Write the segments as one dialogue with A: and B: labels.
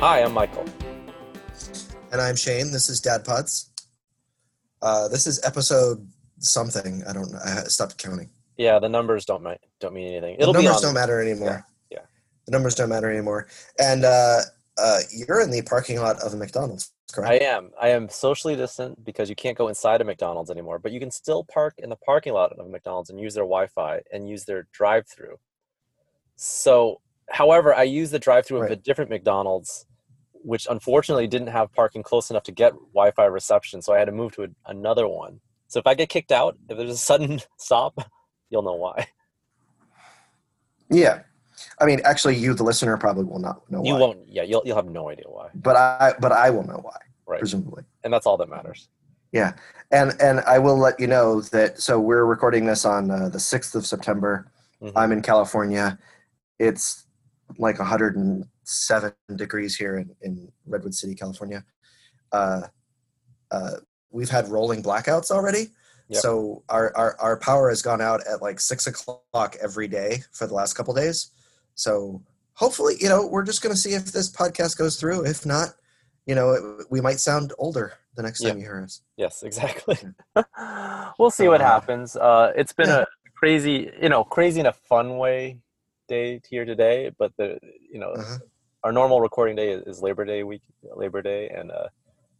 A: Hi, I'm Michael.
B: And I'm Shane. This is Dad Putz. Uh, this is episode something. I don't know. I stopped counting.
A: Yeah, the numbers don't mi- don't mean anything.
B: The
A: It'll
B: numbers
A: be on.
B: don't matter anymore.
A: Yeah, yeah.
B: The numbers don't matter anymore. And uh, uh, you're in the parking lot of a McDonald's,
A: I
B: correct?
A: am. I am socially distant because you can't go inside a McDonald's anymore, but you can still park in the parking lot of a McDonald's and use their Wi-Fi and use their drive-through. So, however, I use the drive-through of a
B: Right.
A: different McDonald's, which unfortunately didn't have parking close enough to get Wi-Fi reception, so I had to move to a, another one. So if I get kicked out, if there's a sudden stop, you'll know why.
B: yeah. I mean, actually, you, the listener, probably will not know
A: You
B: why.
A: won't. Yeah, you'll you'll have no idea why.
B: But I, but I will know why,
A: Right.
B: presumably.
A: And that's all that matters.
B: Yeah, and and I will let you know that. So we're recording this on uh, the sixth of September.
A: Mhm.
B: I'm in California. It's like 107 degrees here in, in Redwood City, California. Uh, uh, we've had rolling blackouts already.
A: Yep.
B: So our, our our power has gone out at like six o'clock every day for the last couple days. So hopefully, you know, we're just going to see if this podcast goes through. If not, you know, it, we might sound older the next time you hear us.
A: Yes, exactly. we'll see what
B: Uh,
A: happens. Uh, it's been
B: yeah.
A: a crazy, you know, crazy in a fun way day here today, but the, you know,
B: Uh-huh.
A: our normal recording day is, is Labor Day week, Labor Day, and uh,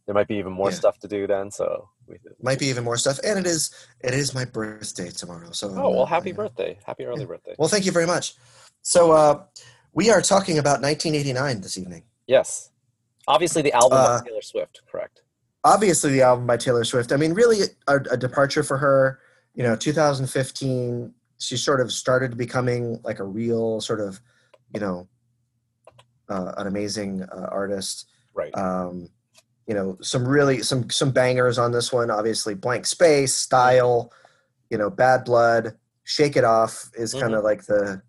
A: there might be even more
B: Yeah.
A: stuff to do then. So, we,
B: Might be even more stuff, and it is it is my birthday tomorrow. So
A: oh well, happy
B: birthday.
A: birthday, happy early birthday.
B: Well, thank you very much. So uh, we are talking about 1989 this evening.
A: Yes, obviously the album
B: Uh,
A: of Taylor Swift, correct?
B: Obviously, the album by Taylor Swift. I mean, really a, a departure for her. You know, 2015, she sort of started becoming like a real sort of, you know, uh, an amazing uh, artist.
A: Right.
B: Um, you know, some really some some bangers on this one. Obviously, Blank Space, Style, you know, Bad Blood, Shake It Off is kind
A: Mm-hmm.
B: of like the,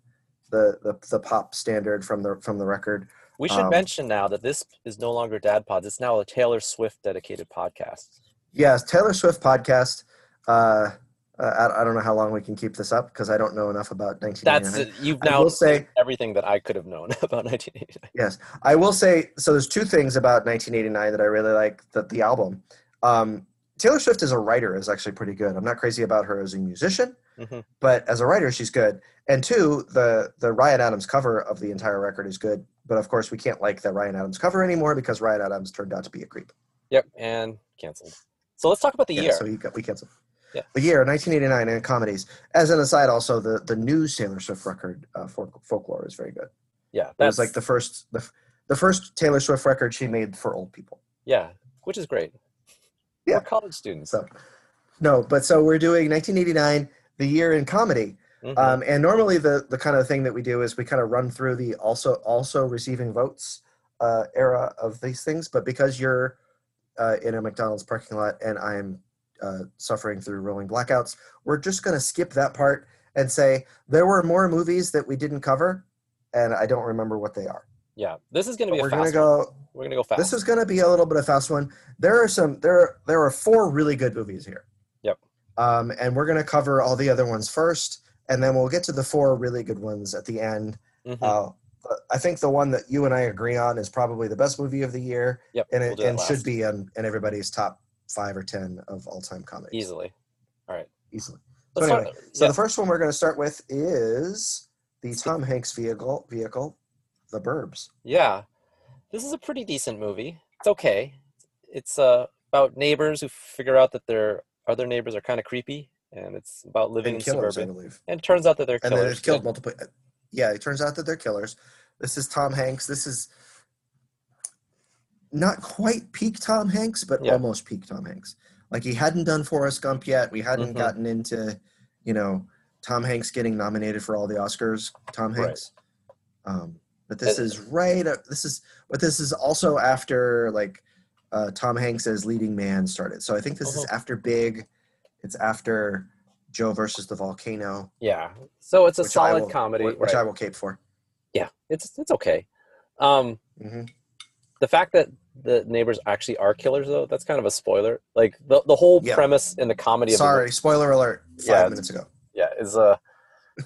B: the the the pop standard from the from the record.
A: We should
B: um,
A: mention now that this is no longer Dad Pods. It's now a Taylor Swift dedicated podcast.
B: Yes, Taylor Swift podcast. Uh, uh, I, I don't know how long we can keep this up because I don't know enough about 1989.
A: That's it. You've
B: I
A: now
B: will say
A: everything that I could have known about 1989.
B: yes. I will say so. There's two things about 1989 that I really like. That the album. Um, Taylor Swift as a writer is actually pretty good. I'm not crazy about her as a musician,
A: Mhm.
B: but as a writer, she's good. And two, the the Ryan Adams cover of the entire record is good. But of course, we can't like the Ryan Adams cover anymore because Ryan Adams turned out to be a creep.
A: Yep, and canceled. So let's talk about the
B: yeah,
A: year.
B: So you got, we canceled.
A: Yeah.
B: The year 1989 and comedies. As an aside, also the the new Taylor Swift record, uh, folk, folklore, is very good.
A: yeah,
B: It
A: that's
B: was like the first the, f- the first Taylor Swift record she made for old people.
A: yeah, which is great.
B: Yeah.
A: for college students.
B: So no, but so we're doing 1989, the year in comedy.
A: Mhm.
B: Um, and normally the the kind of thing that we do is we kind of run through the also also receiving votes uh, era of these things. But because you're uh, in a McDonald's parking lot and I'm uh, suffering through rolling blackouts, we're just going to skip that part and say there were more movies that we didn't cover, and I don't remember what they are.
A: yeah, this is going to
B: But
A: be a
B: we're
A: fast.
B: going to
A: one.
B: go.
A: We're going to go fast.
B: This is going to be a little bit of fast one. There are some there there are four really good movies here.
A: Yep.
B: Um, and we're going to cover all the other ones first, and then we'll get to the four really good ones at the end.
A: Mhm.
B: Uh, but I think the one that you and I agree on is probably the best movie of the year,
A: yep,
B: and
A: we'll
B: it
A: do that
B: and
A: last.
B: should be in, in everybody's top five or ten of all time comedies
A: easily. All right,
B: easily. So
A: let's
B: anyway,
A: start.
B: so
A: yeah,
B: the first one we're going to start with is the Tom Hanks vehicle vehicle, The Burbs.
A: yeah, this is a pretty decent movie. It's okay. It's uh, about neighbors who figure out that their other neighbors are kind of creepy, and it's about living
B: and
A: in
B: killers,
A: suburban.
B: I believe.
A: And it turns out that they're
B: and
A: killers.
B: then they've killed multiple. Yeah, it turns out that they're killers. This is Tom Hanks. This is not quite peak Tom Hanks, but
A: Yeah.
B: almost peak Tom Hanks. Like he hadn't done Forrest Gump yet. We hadn't
A: Mhm.
B: gotten into, you know, Tom Hanks getting nominated for all the Oscars. Tom
A: Right.
B: Hanks. Um, but this
A: And-
B: is right. up- This is but this is also after like uh, Tom Hanks as leading man started. So I think this is
A: Uh-huh.
B: after Big. It's after Joe versus the volcano,
A: Yeah, so it's a
B: Which I
A: solid
B: will-
A: comedy.
B: which
A: right.
B: I will cape for.
A: yeah, it's it's okay. Um,
B: hmm
A: the fact that the neighbors actually are killers though that's kind of a spoiler like the, the whole
B: Yeah.
A: premise in the comedy of
B: Sorry, spoiler alert. Five
A: Yeah.
B: minutes ago.
A: the movie, yeah is uh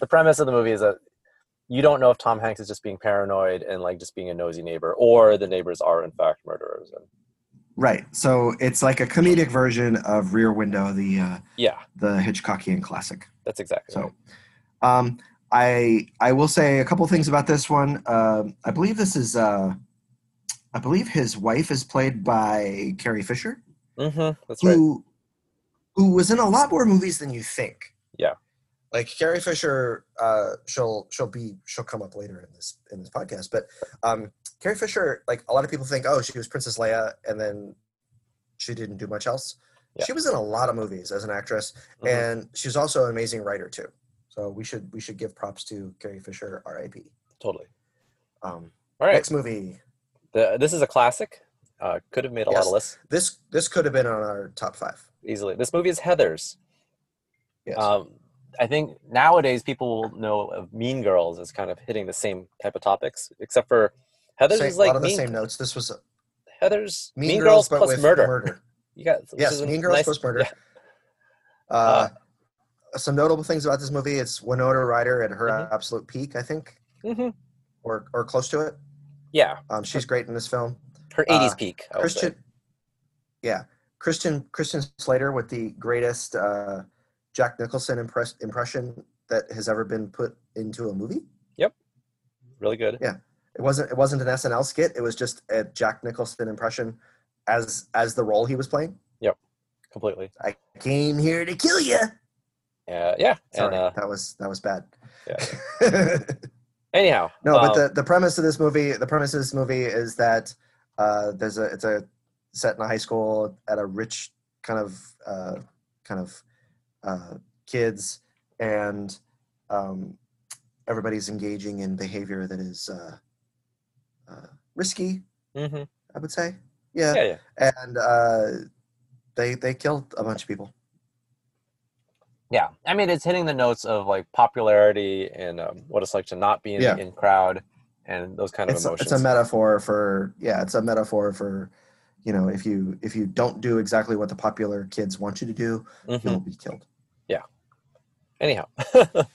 A: the premise of the movie is that you don't know if Tom Hanks is just being paranoid and like just being a nosy neighbor, or the neighbors are in fact murderers. And
B: Right. So it's like a comedic version of Rear Window, the uh,
A: yeah,
B: the Hitchcockian classic.
A: that's exactly
B: So,
A: right.
B: um, I I will say a couple things about this one. Um, I believe this is uh, I believe his wife is played by Carrie Fisher,
A: Mm-hmm, that's right.
B: who who was in a lot more movies than you think.
A: Yeah.
B: Like Carrie Fisher, uh, she'll she'll be she'll come up later in this in this podcast. But um, Carrie Fisher, like a lot of people think, oh, she was Princess Leia, and then she didn't do much else.
A: Yeah.
B: She was in a lot of movies as an actress
A: Mhm.
B: and she's also an amazing writer too. So we should we should give props to Carrie Fisher, R.I.P.
A: Totally.
B: Um,
A: All right.
B: Next movie.
A: The, this is a classic. Uh, could have made a lot
B: Yes.
A: of lists
B: This this could have been on our top five.
A: easily. This movie is Heather's.
B: Yes.
A: Um, I think nowadays people will know of Mean Girls as kind of hitting the same type of topics, except for Heather's
B: Same-
A: is
B: a lot
A: like
B: of the
A: mean,
B: same notes. This was
A: Heather's
B: Mean, Girls, but
A: plus
B: with
A: murder.
B: murder.
A: You got this
B: Yes,
A: is a
B: Mean Girls
A: nice-
B: plus murder.
A: yeah,
B: Uh, some notable things about this movie: it's Winona Ryder at her
A: Mhm.
B: absolute peak, I think,
A: mhm.
B: or or close to it.
A: Yeah,
B: Um, she's great in this film.
A: her
B: Uh,
A: 80s peak. I would say.
B: Christian, yeah, Christian Christian Slater with the greatest uh, Jack Nicholson impress, impression that has ever been put into a movie.
A: really good.
B: It wasn't it wasn't an SNL skit. It was just a Jack Nicholson impression as as the role he was playing.
A: Completely.
B: I came here to kill you.
A: Uh, yeah. And
B: Sorry,
A: uh,
B: that was that was bad.
A: anyhow,
B: no, but
A: um,
B: the, the premise of this movie the premise of this movie is that uh, there's a it's a set in a high school at a rich kind of uh, kind of uh, kids and um, everybody's engaging in behavior that is uh, uh, risky.
A: mhm.
B: I would say,
A: yeah, yeah.
B: and uh, they they killed a bunch of people.
A: Yeah, I mean it's hitting the notes of like popularity and um, what it's like to not be in,
B: Yeah.
A: in crowd and those kind of
B: It's a,
A: emotions.
B: it's a metaphor for yeah, it's a metaphor for you know if you if you don't do exactly what the popular kids want you to do,
A: Mhm.
B: you'll be killed.
A: Anyhow,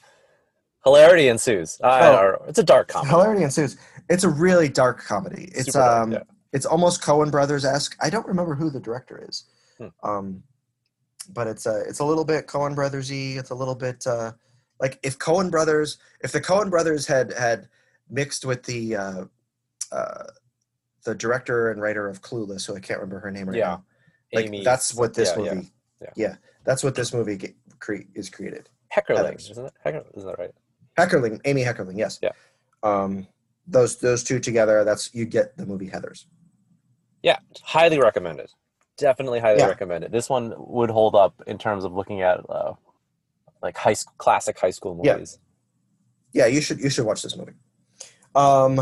A: hilarity ensues. I-
B: Oh.
A: or- it's a dark comedy.
B: Hilarity ensues. It's a really dark comedy.
A: Ah.
B: It's
A: Super dark,
B: um
A: yeah.
B: it's almost Cohen Brothers esque. I don't remember who the director is,
A: Hmm.
B: um, but it's a it's a little bit Cohen Brothers y. It's a little bit uh, like if Cohen Brothers if the Cohen Brothers had had mixed with the uh, uh, the director and writer of Clueless, who I can't remember her name right
A: Yeah.
B: now. Like
A: Amy
B: that's what this
A: yeah, yeah,
B: movie.
A: yeah.
B: that's what this movie ge- cre- is created.
A: Heckerling,
B: Heathers.
A: isn't it? Hecker, isn't that right?
B: Heckerling, Amy Heckerling, yes.
A: Yeah.
B: Um, those those two together, that's you get the movie Heather's.
A: Yeah, highly recommended. Definitely highly
B: Yeah.
A: recommended. This one would hold up in terms of looking at uh, like high school, classic high school
B: Yeah.
A: movies.
B: Yeah, you should you should watch this movie. Um,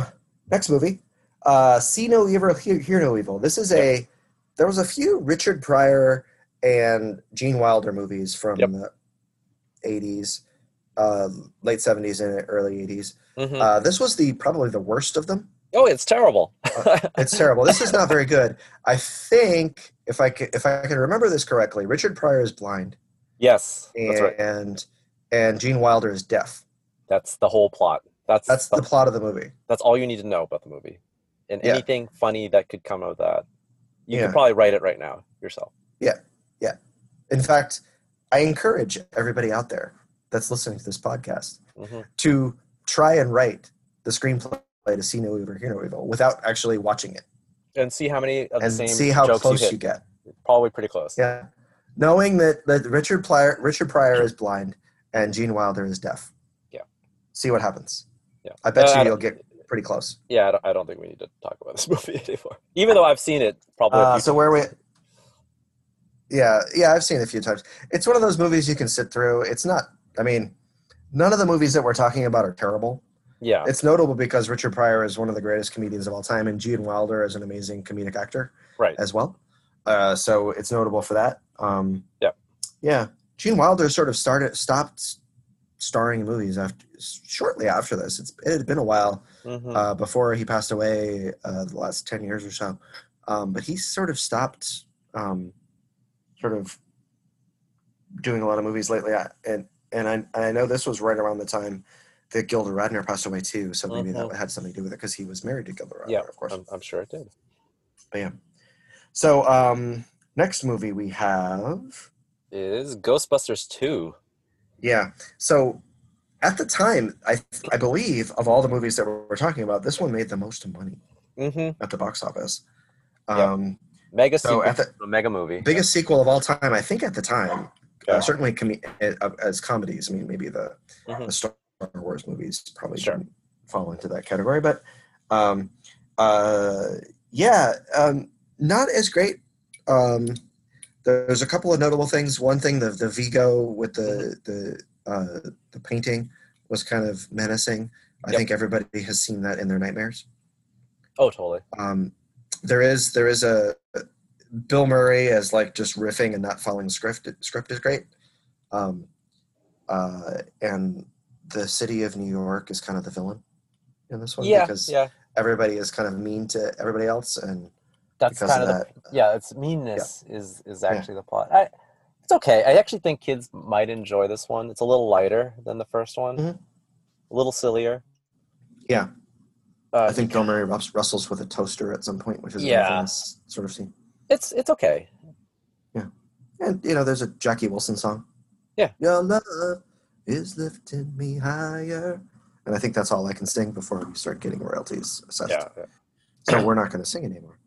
B: next movie, uh, See No Evil, Hear, Hear No Evil. This is a there was a few Richard Pryor and Gene Wilder movies from
A: Yep.
B: the '80s, uh, late '70s and early '80s.
A: Mhm.
B: Uh, this was the probably the worst of them.
A: oh, it's terrible.
B: It's terrible. This is not very good. I think if I ca- if I can remember this correctly, Richard Pryor is blind
A: yes, that's right.
B: and and Gene Wilder is deaf.
A: That's the whole plot. That's
B: That's
A: the
B: the plot of the movie.
A: that's all you need to know about the movie and
B: Yeah.
A: anything funny that could come of that you
B: Yeah.
A: could probably write it right now yourself
B: In fact, I encourage everybody out there that's listening to this podcast
A: hmm
B: to try and write the screenplay to See No Evil, Hear No Evil without actually watching it
A: and see how many of the
B: and
A: same
B: see how
A: jokes
B: close
A: you
B: you,
A: hit
B: get.
A: probably pretty close
B: Yeah, knowing that that Richard Pryor Richard Pryor is blind and Gene Wilder is deaf.
A: Yeah.
B: See what happens.
A: Yeah.
B: I bet
A: Uh, I
B: you
A: don't-
B: you'll get pretty close.
A: yeah I don't, I don't think we need to talk about this movie anymore even though i've seen it probably a
B: Uh,
A: few
B: so where we? Yeah, yeah, I've seen it a few times. It's one of those movies you can sit through. It's not. I mean, none of the movies that we're talking about are terrible.
A: yeah
B: It's notable because Richard Pryor is one of the greatest comedians of all time, and Gene Wilder is an amazing comedic actor
A: right
B: as well. Uh, so it's notable for that. Um,
A: Yeah.
B: yeah. Gene Wilder sort of started stopped starring in movies after shortly after this. It's it had been a while
A: hmm
B: uh, before he passed away uh, the last 10 years or so. Um, but he sort of stopped um, sort of doing a lot of movies lately. I, and and I, I know this was right around the time that Gilda Radner passed away too, so maybe
A: Mhm.
B: that had something to do with it because he was married to Gilda Radner,
A: Yeah, um
B: of course.
A: I'm, I'm sure it did.
B: but yeah. So um, next movie we have,
A: Is Ghostbusters 2.
B: yeah. So at the time, I I believe of all the movies that we're talking about, this one made the most money
A: Mm-hmm.
B: at the box office.
A: Yep.
B: Um,
A: Mega
B: So
A: sequel,
B: at the-
A: a mega movie.
B: biggest sequel of all time, I think, at the time.
A: Yeah.
B: Uh, certainly com- uh, as comedies. I mean, maybe the,
A: Mhm.
B: the Star Wars movies probably
A: Sure.
B: didn't fall into that category, but um, uh, yeah, um, not as great. Um, there's a couple of notable things. One thing, the the Vigo with the
A: Mm-hmm.
B: the uh, the painting was kind of menacing. I
A: Yep.
B: think everybody has seen that in their nightmares
A: Oh, totally.
B: um, there is there is a Bill Murray as like just riffing and not following script. Script is great, um, uh, and the city of New York is kind of the villain in this one
A: Yeah,
B: because
A: yeah.
B: everybody is kind of mean to everybody else, and
A: That's
B: because
A: kind
B: of
A: of the
B: that, uh,
A: yeah it's meanness is is
B: Yeah.
A: actually the plot I, it's okay i actually think kids might enjoy this one it's a little lighter than the first one
B: Mhm.
A: a little sillier
B: Yeah.
A: uh,
B: I think Bill Murray rus- wrestles with a toaster at some point, which is
A: Yeah.
B: a famous sort of scene.
A: it's it's okay
B: And you know, there's a Jackie Wilson song.
A: Yeah.
B: Your love is lifting me higher. And I think that's all I can sing before we start getting royalties assessed. So we're not going to sing anymore.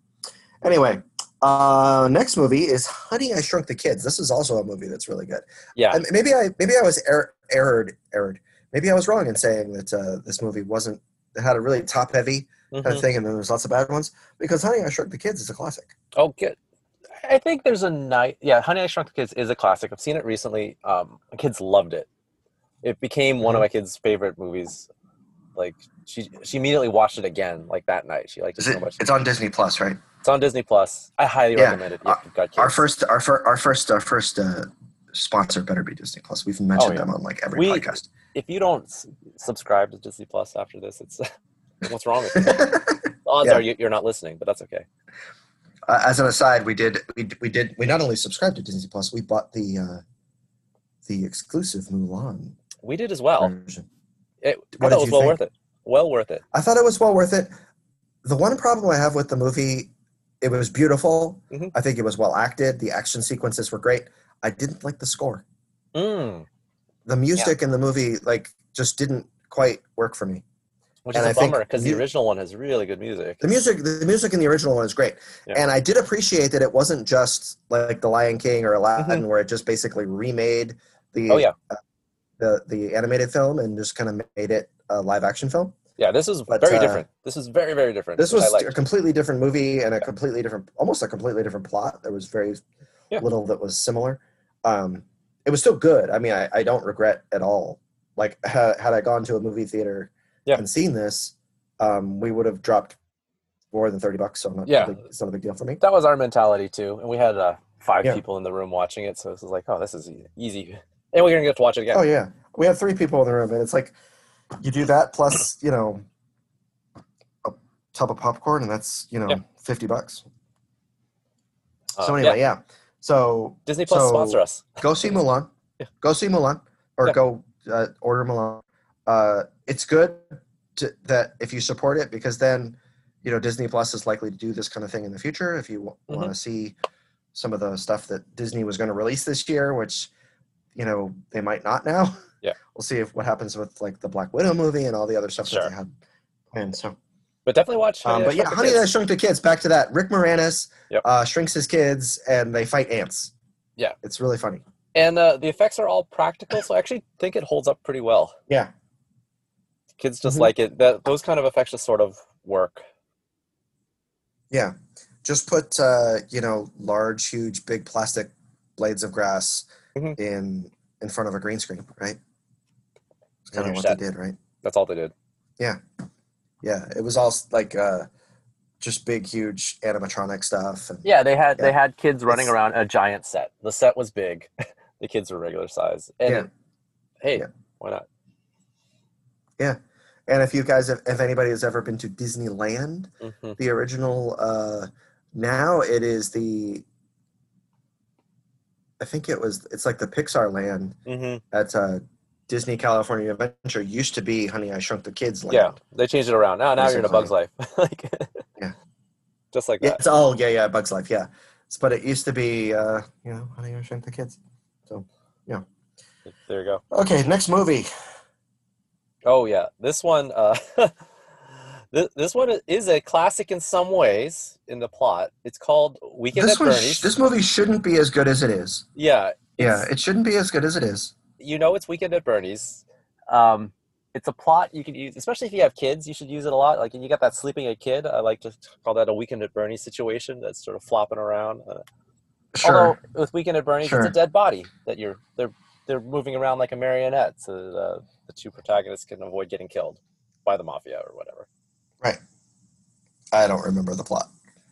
B: Anyway, uh, next movie is Honey, I Shrunk the Kids. This is also a movie that's really good.
A: yeah
B: And maybe I maybe I was er- erred erred. Maybe I was wrong in saying that uh, this movie wasn't it had a really top heavy kind
A: mhm.
B: of thing, and then there's lots of bad ones. Because Honey, I Shrunk the Kids is a classic.
A: oh good i think there's a night yeah honey i shrunk the kids is a classic i've seen it recently um my kids loved it it became one of
B: Mhm.
A: my kids favorite movies like she she immediately watched it again like that night she liked it
B: Is
A: so
B: it,
A: much
B: it's on Disney Plus, right?
A: it's on disney plus i highly
B: Yeah.
A: recommend it if you've got kids
B: Our first, our first, our first, our first uh, sponsor better be Disney Plus. We've mentioned
A: Oh, yeah.
B: them on like every
A: We-
B: podcast.
A: if you don't s- subscribe to Disney Plus after this, it's what's wrong with you? Odds
B: Yeah.
A: are you, you're not listening, but that's okay.
B: Uh, as an aside, we did, we, we did, we not only subscribed to Disney Plus, we bought the uh, the exclusive Mulan
A: We did as well.
B: version.
A: Oh. It, I
B: What
A: thought
B: did
A: it was
B: you
A: well
B: think?
A: worth it. Well worth it.
B: I thought it was well worth it. The one problem I have with the movie, it was beautiful.
A: Mhm.
B: I think it was well acted. The action sequences were great. I didn't like the score.
A: Mm,
B: The music in the movie, like, just didn't quite work for me.
A: which
B: And
A: is a
B: I think
A: bummer because the
B: mu-
A: original one has really good music.
B: the music the music in the original one is great
A: Yeah.
B: and i did appreciate that it wasn't just like the lion king or aladdin where it just basically remade the
A: Mm-hmm. Oh yeah,
B: the, the animated film and just kind of made it a live action film
A: yeah. This is
B: But,
A: very
B: uh,
A: different. This is very very different.
B: this
A: which I
B: was a
A: liked.
B: completely different movie and a completely different almost a completely different plot there was very
A: Yeah.
B: little that was similar um, it was still good i mean I, I don't regret at all like ha, had i gone to a movie theater
A: Yeah.
B: and seen this um, we would have dropped more than 30 bucks so I'm not,
A: Yeah.
B: it's not a big deal for me
A: that was our mentality too, and we had uh, five
B: Yeah.
A: people in the room watching it, so this is like, oh, this is e- easy, and we're gonna get to watch it again.
B: Oh yeah, we have three people in the room, and it's like you do that plus you know a tub of popcorn, and that's you know
A: Yeah.
B: fifty bucks.
A: Uh,
B: so
A: yeah,
B: anyway, yeah. So
A: Disney Plus
B: so-
A: sponsor us.
B: go see Mulan.
A: Yeah.
B: Go see Mulan, or
A: Yeah.
B: go uh, order Mulan. Uh, it's good to, that if you support it, because then you know Disney Plus is likely to do this kind of thing in the future. If you
A: Mm-hmm.
B: want to see some of the stuff that Disney was going to release this year, which you know they might not now.
A: Yeah.
B: we'll see if what happens with like the Black Widow movie and all the other stuff
A: Sure.
B: that they had planned. So,
A: But definitely watch.
B: um,
A: Honey, I
B: but yeah,
A: Shrunk the
B: Honey
A: Kids.
B: I Shrunk the Kids. Back to that, Rick Moranis
A: Yep.
B: uh, shrinks his kids and they fight ants.
A: Yeah.
B: it's really funny.
A: and uh, the effects are all practical so i actually think it holds up pretty well
B: Yeah.
A: kids just
B: Mhm.
A: like it that those kind of effects just sort of work
B: Yeah. Just put uh, you know, large, huge, big plastic blades of grass
A: Mhm.
B: in in front of a green screen, right? It's
A: And
B: kind of
A: you're
B: what
A: set.
B: they did, right?
A: that's all they did
B: Yeah. It was all s- like uh just big, huge animatronic stuff and
A: yeah they had
B: Yeah.
A: they had kids running
B: It's-
A: around a giant set the set was big the kids were regular size and
B: Yeah.
A: hey
B: Yeah.
A: why not
B: and if you guys have, if anybody has ever been to Disneyland,
A: Mhm.
B: the original uh now it is the I think it was it's like the Pixar land
A: Mhm.
B: at uh Disney California Adventure used to be Honey I Shrunk the Kids Land.
A: Yeah, they changed it around. Now, now
B: Nice
A: you're in a
B: and
A: Bug's Life. like,
B: Yeah.
A: Just like
B: Yeah,
A: that.
B: it's all yeah, yeah, Bugs Life, yeah. It's- But it used to be, uh, you know, Honey I Shrunk the Kids.
A: There you go.
B: Okay, next movie.
A: Oh yeah, this one. Uh, this this one is a classic in some ways in the plot. It's called Weekend
B: this
A: at
B: one,
A: Bernie's.
B: sh- this movie shouldn't be as good as it is.
A: yeah,
B: Yeah,
A: it's-
B: it shouldn't be as good as it is.
A: you know it's Weekend at Bernie's. Um, it's a plot you can use, especially if you have kids. You should use it a lot. Like you got that sleeping a kid. I like to call that a Weekend at Bernie's situation. That's sort of flopping around. Uh,
B: Sure.
A: Although with Weekend at Bernie's,
B: Sure.
A: it's a dead body that you're they're they're moving around like a marionette, so that, uh, the two protagonists can avoid getting killed by the mafia or whatever.
B: I don't remember the plot.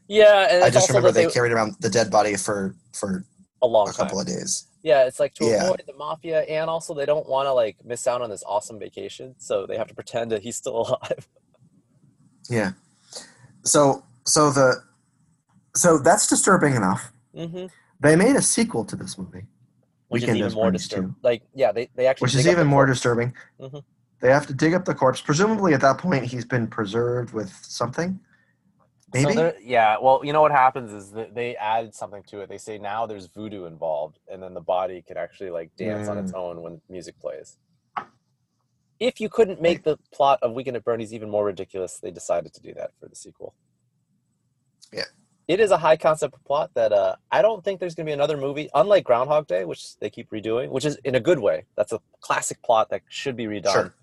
A: Yeah, and
B: I
A: it's
B: just
A: also
B: remember
A: that they,
B: they carried around the dead body for for
A: a long
B: a
A: time.
B: couple of days.
A: Yeah, it's like to
B: Yeah.
A: avoid the mafia, and also they don't want to like miss out on this awesome vacation, so they have to pretend that he's still alive.
B: Yeah. So so the so that's disturbing enough.
A: Mm-hmm.
B: They made a sequel to this movie,
A: which is
B: Weekend
A: even
B: is
A: more
B: Bernie's
A: disturbing.
B: too.
A: Like, yeah, they, they actually
B: which
A: dig
B: is
A: up
B: even
A: the
B: more
A: corpse.
B: disturbing.
A: Mhm.
B: They have to dig up the corpse. Presumably, at that point, he's been preserved with something. Maybe.
A: So there- yeah, well, you know what happens is that they added something to it. They say now there's voodoo involved, and then the body can actually like dance on its
B: Mm.
A: own when music plays. If you couldn't make the plot of Weekend at Bernie's even more ridiculous, they decided to do that for the sequel.
B: Yeah.
A: It is a high concept plot that uh, I don't think there's going to be another movie, unlike Groundhog Day, which they keep redoing, which is in a good way. That's a classic plot that should be redone.
B: Sure.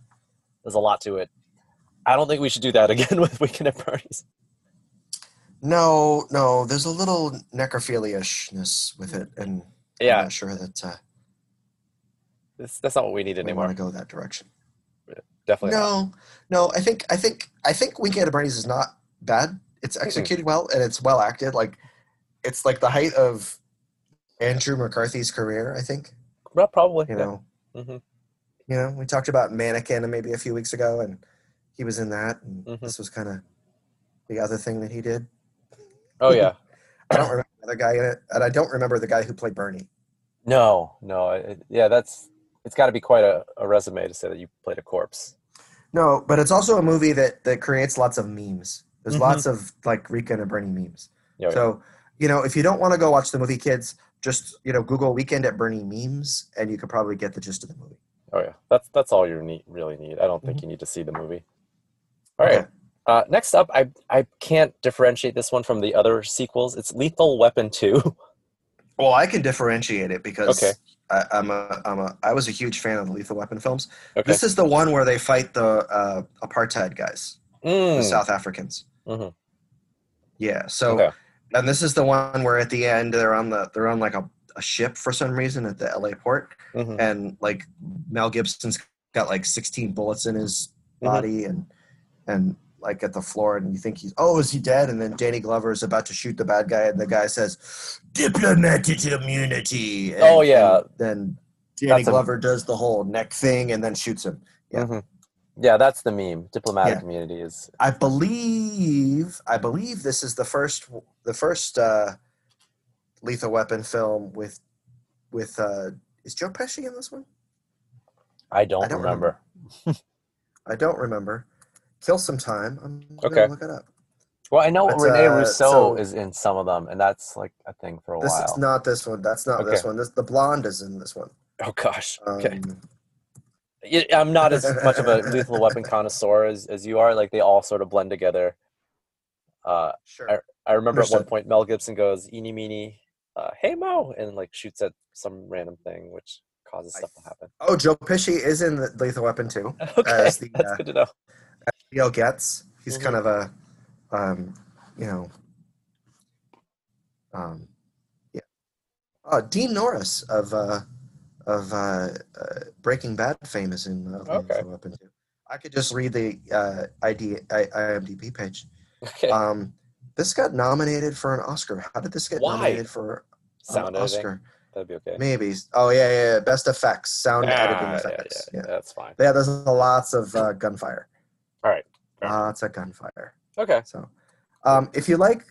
A: There's a lot to it. I don't think we should do that again with Weekend at Bernie's.
B: No, no. There's a little necrophilia-ness with it, and I'm
A: Yeah,
B: not sure that uh,
A: that's, that's not what we need
B: we want
A: anymore.
B: to go that direction.
A: Definitely not.
B: No, no. I think, I think, I think Weekend at Bernie's is not bad. It's executed well, and it's well acted. Like, it's like the height of Andrew McCarthy's career. I think.
A: Well, probably.
B: You
A: yeah.
B: know.
A: Mhm.
B: You know, we talked about Mannequin maybe a few weeks ago, and he was in that. And
A: Mhm.
B: This was kind of the other thing that he did.
A: Oh yeah.
B: I don't remember the other guy in it, and I don't remember the guy who played Bernie.
A: No, no. it- yeah, that's it's got to be quite a, a resume to say that you played a corpse. Oh,
B: No, but it's also a movie that that creates lots of memes. There's
A: Mhm.
B: lots of like Rika and Bernie memes.
A: Yeah, yeah.
B: So, you know, if you don't want to go watch the movie, kids, just you know, Google "Weekend at Bernie" memes, and you could probably get the gist of the movie.
A: Oh yeah. That's that's all you need, really need. I don't think you need to see the movie. All right.
B: Mm-hmm.
A: Uh,
B: Okay.
A: next up, I I can't differentiate this one from the other sequels. It's Lethal Weapon Two.
B: Well, I can differentiate it because
A: Okay.
B: I, I'm a I'm a I was a huge fan of the Lethal Weapon films.
A: okay.
B: This is the one where they fight the uh, apartheid guys, the
A: Mm,
B: South Africans.
A: mhm.
B: Yeah. So,
A: Okay.
B: and this is the one where at the end they're on the they're on like a, a ship for some reason at the LA port,
A: Mhm.
B: and like Mel Gibson's got like 16 bullets in his
A: Mhm.
B: body and and like at the floor, and you think he's oh is he dead? And then Danny Glover is about to shoot the bad guy, and the guy says diplomatic immunity. And,
A: Oh, yeah.
B: and then Danny
A: That's a-
B: Glover does the whole neck thing and then shoots him. Yeah.
A: Mhm. Yeah, that's the meme. Diplomatic
B: Yeah.
A: immunity is
B: I believe I believe this is the first the first uh, Lethal Weapon film with with uh, is Joe Pesci in this one?
A: I don't,
B: I don't
A: remember.
B: I don't remember. Kill some time. I'm gonna
A: Okay.
B: look it up.
A: Well, I know
B: But,
A: Rene
B: uh,
A: Rousseau
B: so-
A: is in some of them, and that's like a thing for a
B: This
A: while.
B: is not this one. That's not this
A: Okay.
B: one. This the blonde is in this one.
A: oh gosh.
B: Um,
A: okay. Yeah, I'm not as much of a lethal weapon connoisseur as, as you are. Like they all sort of blend together. Uh,
B: Sure.
A: I remember at one
B: Understood.
A: point Mel Gibson goes "Eeny meeny, uh, hey mo," and like shoots at some random thing, which causes
B: I-
A: stuff to happen.
B: Oh, Joe Pesci is in the Lethal Weapon too.
A: Okay,
B: the,
A: that's
B: uh,
A: good to know.
B: Leo gets. He's
A: Mhm.
B: kind of a, um, you know, um, yeah. Oh, Dean Norris of uh, of uh, uh, Breaking Bad fame is in uh, Lethal
A: Okay.
B: Weapon too. I could just read the uh, ID, I, IMDb page.
A: Okay,
B: Um, this got nominated for an Oscar. How did this get
A: Why?
B: nominated for an
A: sound editing
B: Oscar?
A: that'd be okay.
B: Maybe. Oh yeah, yeah, yeah. Best effects, sound editing
A: Ah, yeah,
B: effects.
A: yeah,
B: Yeah.
A: that's fine.
B: Yeah, there's lots of uh, gunfire.
A: All right. Fair.
B: Lots of gunfire.
A: Okay,
B: So, um, if you like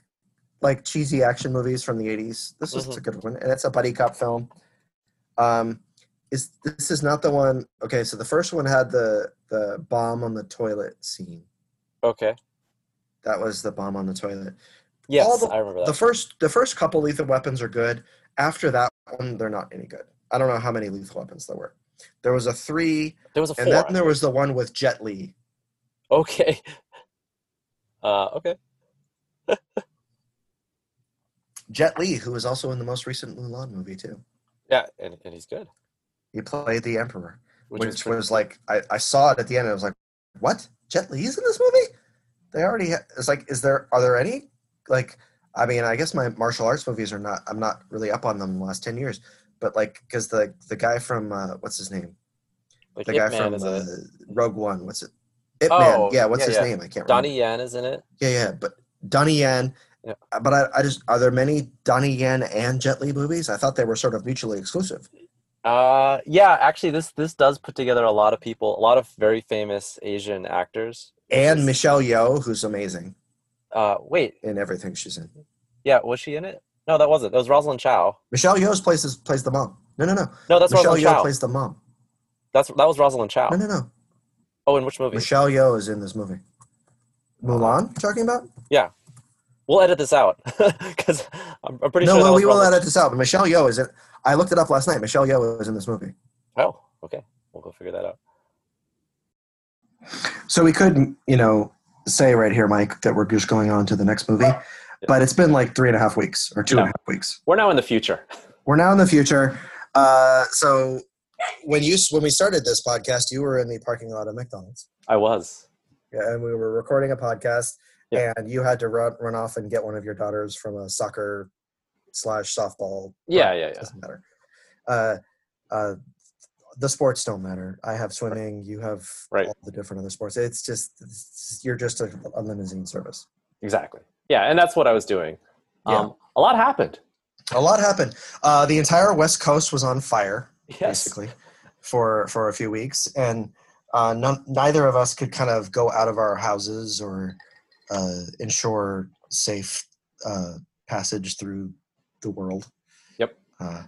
B: like
A: Mm-hmm.
B: cheesy action movies from the '80s, this is a good one, and it's a buddy cop film. Um, is this is not the one? Okay, so the first one had the the bomb on the toilet scene.
A: Okay.
B: That was the bomb on the toilet.
A: Yes,
B: the-
A: I remember that.
B: The first the first couple lethal weapons are good. After that one, they're not any good. I don't know how many lethal weapons there were. There was a three,
A: there was a four.
B: and then
A: I
B: there was the one with Jet Li.
A: Okay. Uh, okay.
B: Jet Li, who was also in the most recent Mulan movie too.
A: Yeah, and, and he's good.
B: He played the Emperor,
A: Which,
B: which,
A: is
B: was, like I, I saw it at the end. and I was like, what? Jet Li's in this movie? They already. Ha- it's like, is there are there any like? I mean, I guess my martial arts movies are not. I'm not really up on them in the last ten years, but like because the the guy from uh, what's his name?
A: like
B: the
A: Ip
B: guy
A: Man
B: from
A: is
B: uh,
A: in it.
B: Rogue One. What's it? Ip
A: Oh,
B: Man. Yeah, what's
A: yeah,
B: his
A: yeah.
B: name? I can't remember.
A: Donnie Yen is in it.
B: Yeah, yeah, but Donnie Yen.
A: Yeah.
B: uh, But I, I just are there many Donnie Yen and Jet Li movies? I thought they were sort of mutually exclusive.
A: Uh, yeah, actually, this this does put together a lot of people, a lot of very famous Asian actors. which
B: And
A: is-
B: Michelle Yeoh, who's amazing
A: Uh, wait,
B: in everything she's in.
A: yeah, was she in it? No, that wasn't. That was Rosalind Chow.
B: Michelle Yeoh plays this- plays the mom. No, no, no.
A: No, that's
B: Michelle
A: Rosalind
B: Yeoh
A: Chow.
B: plays the mom.
A: That's that was Rosalind Chow.
B: No, no, no.
A: Oh, in which movie?
B: Michelle Yeoh is in this movie. Mulan, you're talking about?
A: We'll edit this out because I'm, I'm pretty
B: no,
A: sure. that
B: well,
A: was
B: we will
A: Rosalind-
B: edit this out. But Michelle Yeoh is in. I looked it up last night. Michelle Yeoh is in this movie.
A: Oh, okay. We'll go figure that out.
B: So we could, you know, say right here, Mike, that we're just going on to the next movie. But it's been like three and a half weeks or two and a half
A: Yeah.
B: weeks.
A: We're now in the future.
B: We're now in the future. Uh, so when you when we started this podcast, you were in the parking lot of McDonald's,
A: I was.
B: yeah, and we were recording a podcast,
A: Yeah.
B: and you had to run run off and get one of your daughters from a soccer slash softball.
A: Yeah, yeah, yeah.
B: doesn't matter. Uh, uh, the sports don't matter. I have swimming. You have
A: Right.
B: all the different other sports. It's just it's, you're just a, a limousine service.
A: Exactly. Yeah, and that's what I was doing. Um, a lot happened.
B: A lot happened. Uh, the entire West Coast was on fire,
A: Yes.
B: basically, for for a few weeks, and uh, none, neither of us could kind of go out of our houses or uh, ensure safe uh, passage through the world.
A: Yep.
B: Uh,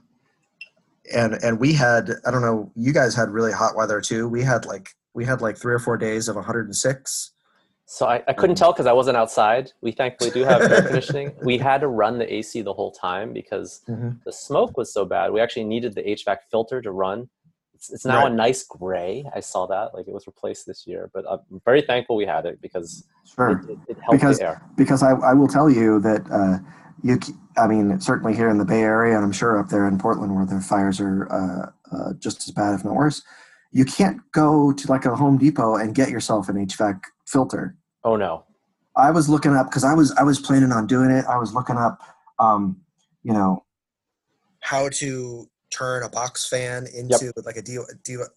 B: and and we had I don't know you guys had really hot weather too. We had like we had like three or four days of 106.
A: So I, I
B: Mm-hmm.
A: couldn't tell because I wasn't outside. We thankfully do have air conditioning. We had to run the AC the whole time because the smoke was so bad. We actually needed the HVAC filter to run. It's, it's now
B: Right.
A: a nice gray. I saw that. Like it was replaced this year, but I'm very thankful we had it because it, it, it helped
B: Because-
A: the air.
B: because I, I will tell you that uh, you c- I mean certainly here in the Bay Area and I'm sure up there in Portland where the fires are uh, uh, just as bad if not worse you can't go to like a Home Depot and get yourself an HVAC filter
A: Oh no.
B: I was looking up because I was I was planning on doing it I was looking up um, you know how to turn a box fan into like a DIY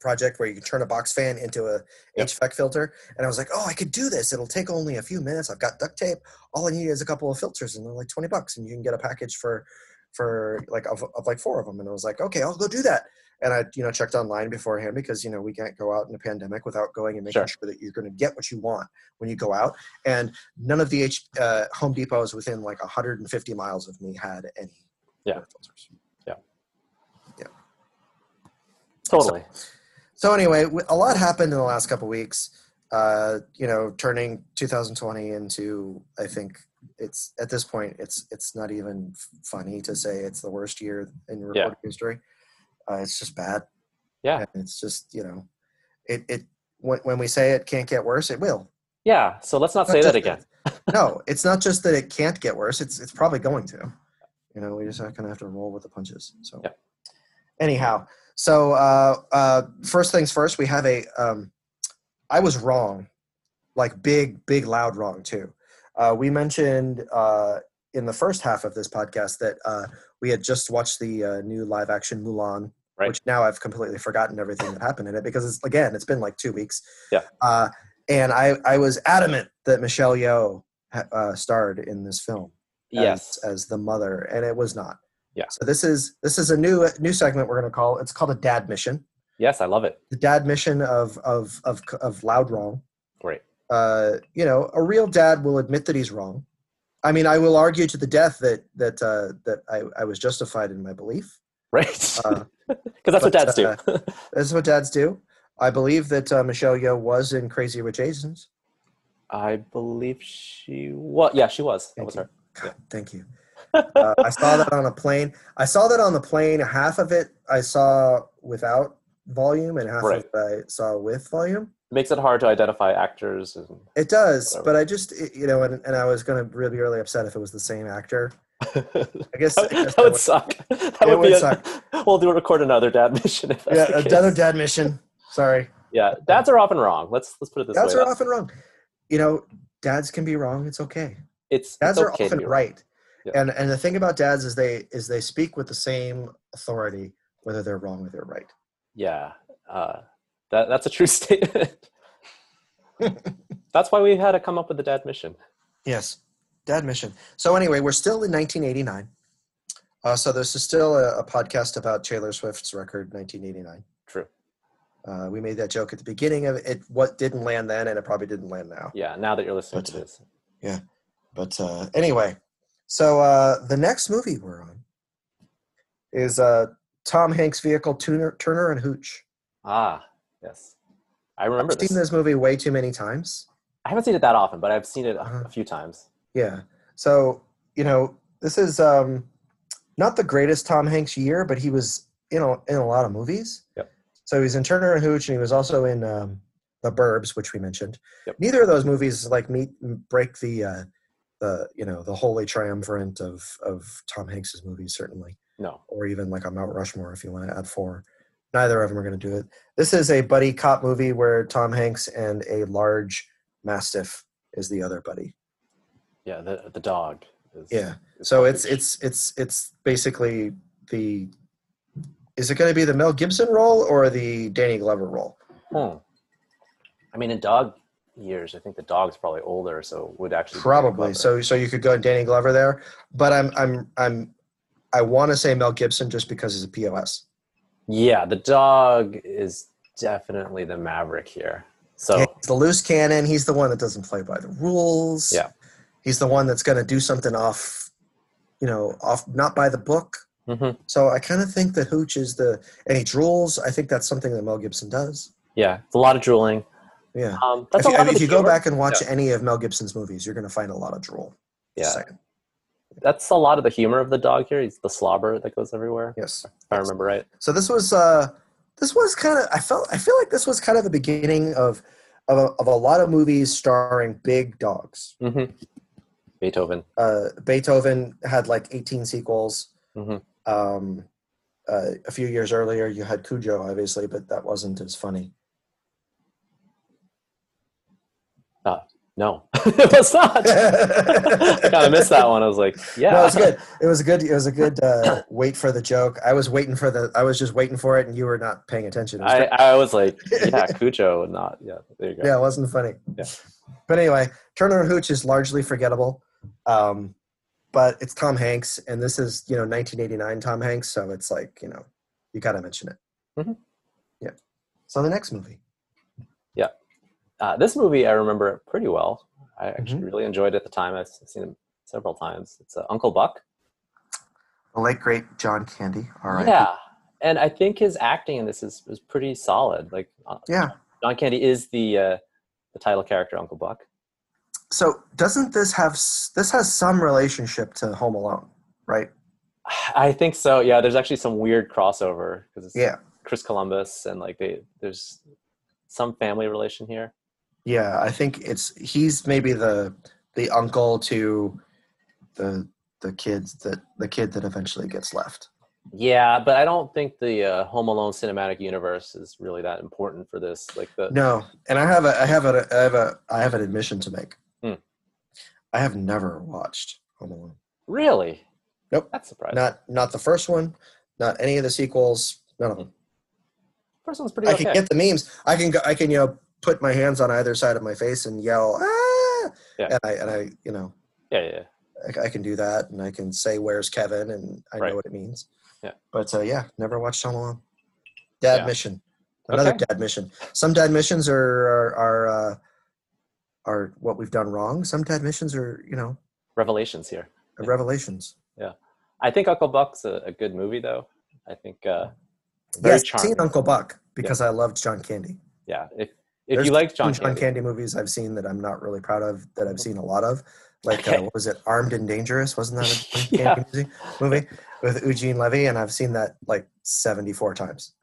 B: project where you can turn a box fan into a
A: Yep.
B: HVAC filter. And I was like, oh, I could do this. It'll take only a few minutes. I've got duct tape. All I need is a couple of filters, and they're like twenty bucks, and you can get a package for for like of, of like four of them. And I was like, okay, I'll go do that. And I you know checked online beforehand because you know we can't go out in a pandemic without going and making
A: Sure.
B: sure, that you're going to get what you want when you go out. And none of the H, uh, Home Depots within like 150 miles of me had any
A: Yeah.
B: filters.
A: Totally.
B: So anyway, w- a lot happened in the last couple weeks. Uh, you know, turning 2020 into I think it's at this point it's it's not even f- funny to say it's the worst year in recorded history. Uh, it's just bad.
A: Yeah.
B: And it's just you know, it it when, when we say it can't get worse, it will.
A: Yeah. So let's not
B: Not
A: say
B: just
A: that again.
B: no, it's not just that it can't get worse. It's it's probably going to. You know, we just kind of have to roll with the punches. So,
A: Yeah.
B: anyhow, so uh, uh, first things first, we have a. Um, I was wrong, like big, big, loud wrong too. Uh, we mentioned uh, in the first half of this podcast that uh, we had just watched the uh, new live action Mulan,
A: Right.
B: which now I've completely forgotten everything that happened in it because it's again, it's been like two weeks.
A: Yeah.
B: Uh, and I, I was adamant that Michelle Yeoh ha- uh, starred in this film
A: Yes.
B: as, as the mother, and it was not.
A: Yeah.
B: So this is this is a new new segment we're going to call. It's called a dad mission.
A: Yes. I love it.
B: The dad mission of of of of loud wrong.
A: Great.
B: Uh, you know, a real dad will admit that he's wrong. I mean, I will argue to the death that that uh, that I, I was justified in my belief.
A: Right.
B: Uh,
A: because that's what
B: But, uh,
A: dads do.
B: This is what dads do. I believe that uh, Michelle Yeoh was in Crazy Rich Asians.
A: I believe she was. Yeah, she was. That
B: Thank
A: was
B: you.
A: her.
B: God, thank you. Uh, I saw that on a plane. I saw that on the plane. Half of it I saw without volume, and half
A: Right.
B: of it I saw with volume.
A: Makes it hard to identify actors. And,
B: It does,
A: Whatever.
B: but I just it- you know, and, and I was gonna really be really upset if it was the same actor. I guess, I
A: that
B: guess
A: would
B: was-
A: suck. That
B: It
A: would be
B: would
A: a,
B: suck.
A: We'll do record another dad mission. If that's
B: yeah,
A: the case.
B: another dad mission. Sorry,
A: Yeah, dads are often wrong. Let's let's put it this
B: dads
A: way.
B: are often wrong. You know, dads can be wrong. It's okay.
A: it's
B: Dads
A: it's
B: are
A: okay to
B: often
A: be wrong.
B: right.
A: Yeah.
B: And and the thing about dads is they is they speak with the same authority whether they're wrong or they're right.
A: Yeah, uh, that that's a true statement. that's why we had to come up with the dad mission.
B: Yes, dad mission. So anyway, we're still in 1989. Uh, so this is still a, a podcast about Taylor Swift's record 1989.
A: True.
B: Uh, we made that joke at the beginning of it. What didn't land then, and it probably didn't land now.
A: Yeah. Now that you're listening to
B: That's
A: this,
B: But uh, anyway, so uh, the next movie we're on is uh, Tom Hanks' vehicle Turner, Turner and Hooch.
A: ah, yes, I
B: I've
A: remember
B: seen
A: this.
B: this movie way too many times.
A: I haven't seen it that often, but I've seen it a-
B: Uh-huh.
A: a few times.
B: Yeah. So you know, this is um, not the greatest Tom Hanks year, but he was in a, in a lot of movies.
A: Yep.
B: So he's in Turner and Hooch, and he was also in um, The Burbs, which we mentioned.
A: Yep.
B: Neither of those movies like meet break the uh, the you know the holy triumvirate of of Tom Hanks's movies certainly,
A: No.
B: or even like on Mount Rushmore if you want to add four. Neither of them are going to do it. This is a buddy cop movie where Tom Hanks and a large mastiff is the other buddy.
A: Yeah. The the dog. Is,
B: Yeah.
A: is
B: So
A: Hooch.
B: it's it's it's it's basically the is it going to be the Mel Gibson role or the Danny Glover role?
A: Hmm. I mean, in dog years, I think the dog's probably older, so would actually be
B: Probably.
A: clever.
B: So so you could go Danny Glover there, but I'm I'm I'm I want to say Mel Gibson just because he's a POS.
A: Yeah, the dog is definitely the maverick here. So
B: Yeah, He's the loose cannon. He's the one that doesn't play by the rules.
A: Yeah.
B: He's the one that's going to do something off, you know, off not by the book.
A: mhm.
B: So I kind of think that Hooch is the and he drools. I think that's something that Mel Gibson does.
A: yeah, it's a lot of drooling.
B: Yeah.
A: Um, that's
B: if,
A: a
B: you-
A: lot of
B: if
A: the
B: you go
A: humor.
B: back and watch any of Mel Gibson's movies, you're going to find a lot of drool.
A: yeah,
B: Just saying.
A: that's a lot of the humor of the dog here. He's the slobber that goes everywhere.
B: Yes.
A: If I remember right.
B: So this was uh, this was kind of I felt I feel like this was kind of the beginning of of a, of a lot of movies starring big dogs.
A: hmm Beethoven.
B: Uh, Beethoven had like 18 sequels.
A: Mhm.
B: Um, uh, a few years earlier, you had Cujo, obviously, but that wasn't as funny.
A: No, it was not. I kind of missed that one. I was like, yeah,
B: No, it was good. It was a good. It was a good uh, wait for the joke. I was waiting for the. I was just waiting for it, and you were not paying attention. It was
A: I, I was like, yeah, Cujo would not. Yeah, there you go.
B: Yeah, it wasn't funny.
A: Yeah.
B: But anyway, Turner and Hooch is largely forgettable. Um, but it's Tom Hanks, and this is, you know, 1989 Tom Hanks, so it's like, you know, you got to mention it.
A: Mhm.
B: Yeah. So the next movie.
A: Uh, this movie I remember pretty well. I actually really enjoyed it at the time. I've seen it several times. It's uh, Uncle Buck.
B: The late, great John Candy. All right.
A: Yeah, and I think his acting in this is, is pretty solid. Like uh,
B: Yeah.
A: John Candy is the uh, the title character, Uncle Buck.
B: So doesn't this have, s- this has some relationship to Home Alone, right?
A: I think so. Yeah, there's actually some weird crossover because it's
B: Yeah.
A: Chris Columbus and like they there's some family relation here.
B: Yeah. I think it's, he's maybe the, the uncle to the, the kids that, the kid that eventually gets left.
A: Yeah, but I don't think the uh, Home Alone cinematic universe is really that important for this. Like the
B: No, and I have a, I have a, I have a, I have an admission to make.
A: Hmm.
B: I have never watched Home Alone.
A: really,
B: Nope.
A: that's surprising.
B: Not, not the first one. Not any of the sequels. None of them.
A: First one's pretty
B: I
A: okay.
B: can get the memes. I can, go, I can, you know, put my hands on either side of my face and yell, ah!
A: Yeah.
B: and I, and I, you know,
A: yeah, yeah, yeah.
B: I, I can do that, and I can say, "Where's Kevin?" and I
A: Right.
B: know what it means.
A: Yeah.
B: But uh, yeah, never watched Home Alone. Dad
A: Yeah.
B: mission. Another
A: Okay.
B: dad mission. Some dad missions are are are, uh, are what we've done wrong. Some dad missions are you know
A: Revelations here.
B: revelations.
A: I think Uncle Buck's a, a good movie, though. I think uh,
B: yes,
A: Very
B: seen
A: charming.
B: Uncle Buck because I loved John Candy.
A: Yeah. If, if
B: There's
A: you like
B: John,
A: John Candy, Mm-hmm.
B: Candy movies I've seen that I'm not really proud of that I've seen a lot of. Like uh,
C: Okay.
B: what was it? Armed and Dangerous wasn't that a John
C: Yeah.
B: Candy movie? movie with Eugene Levy, and I've seen that like 74 times.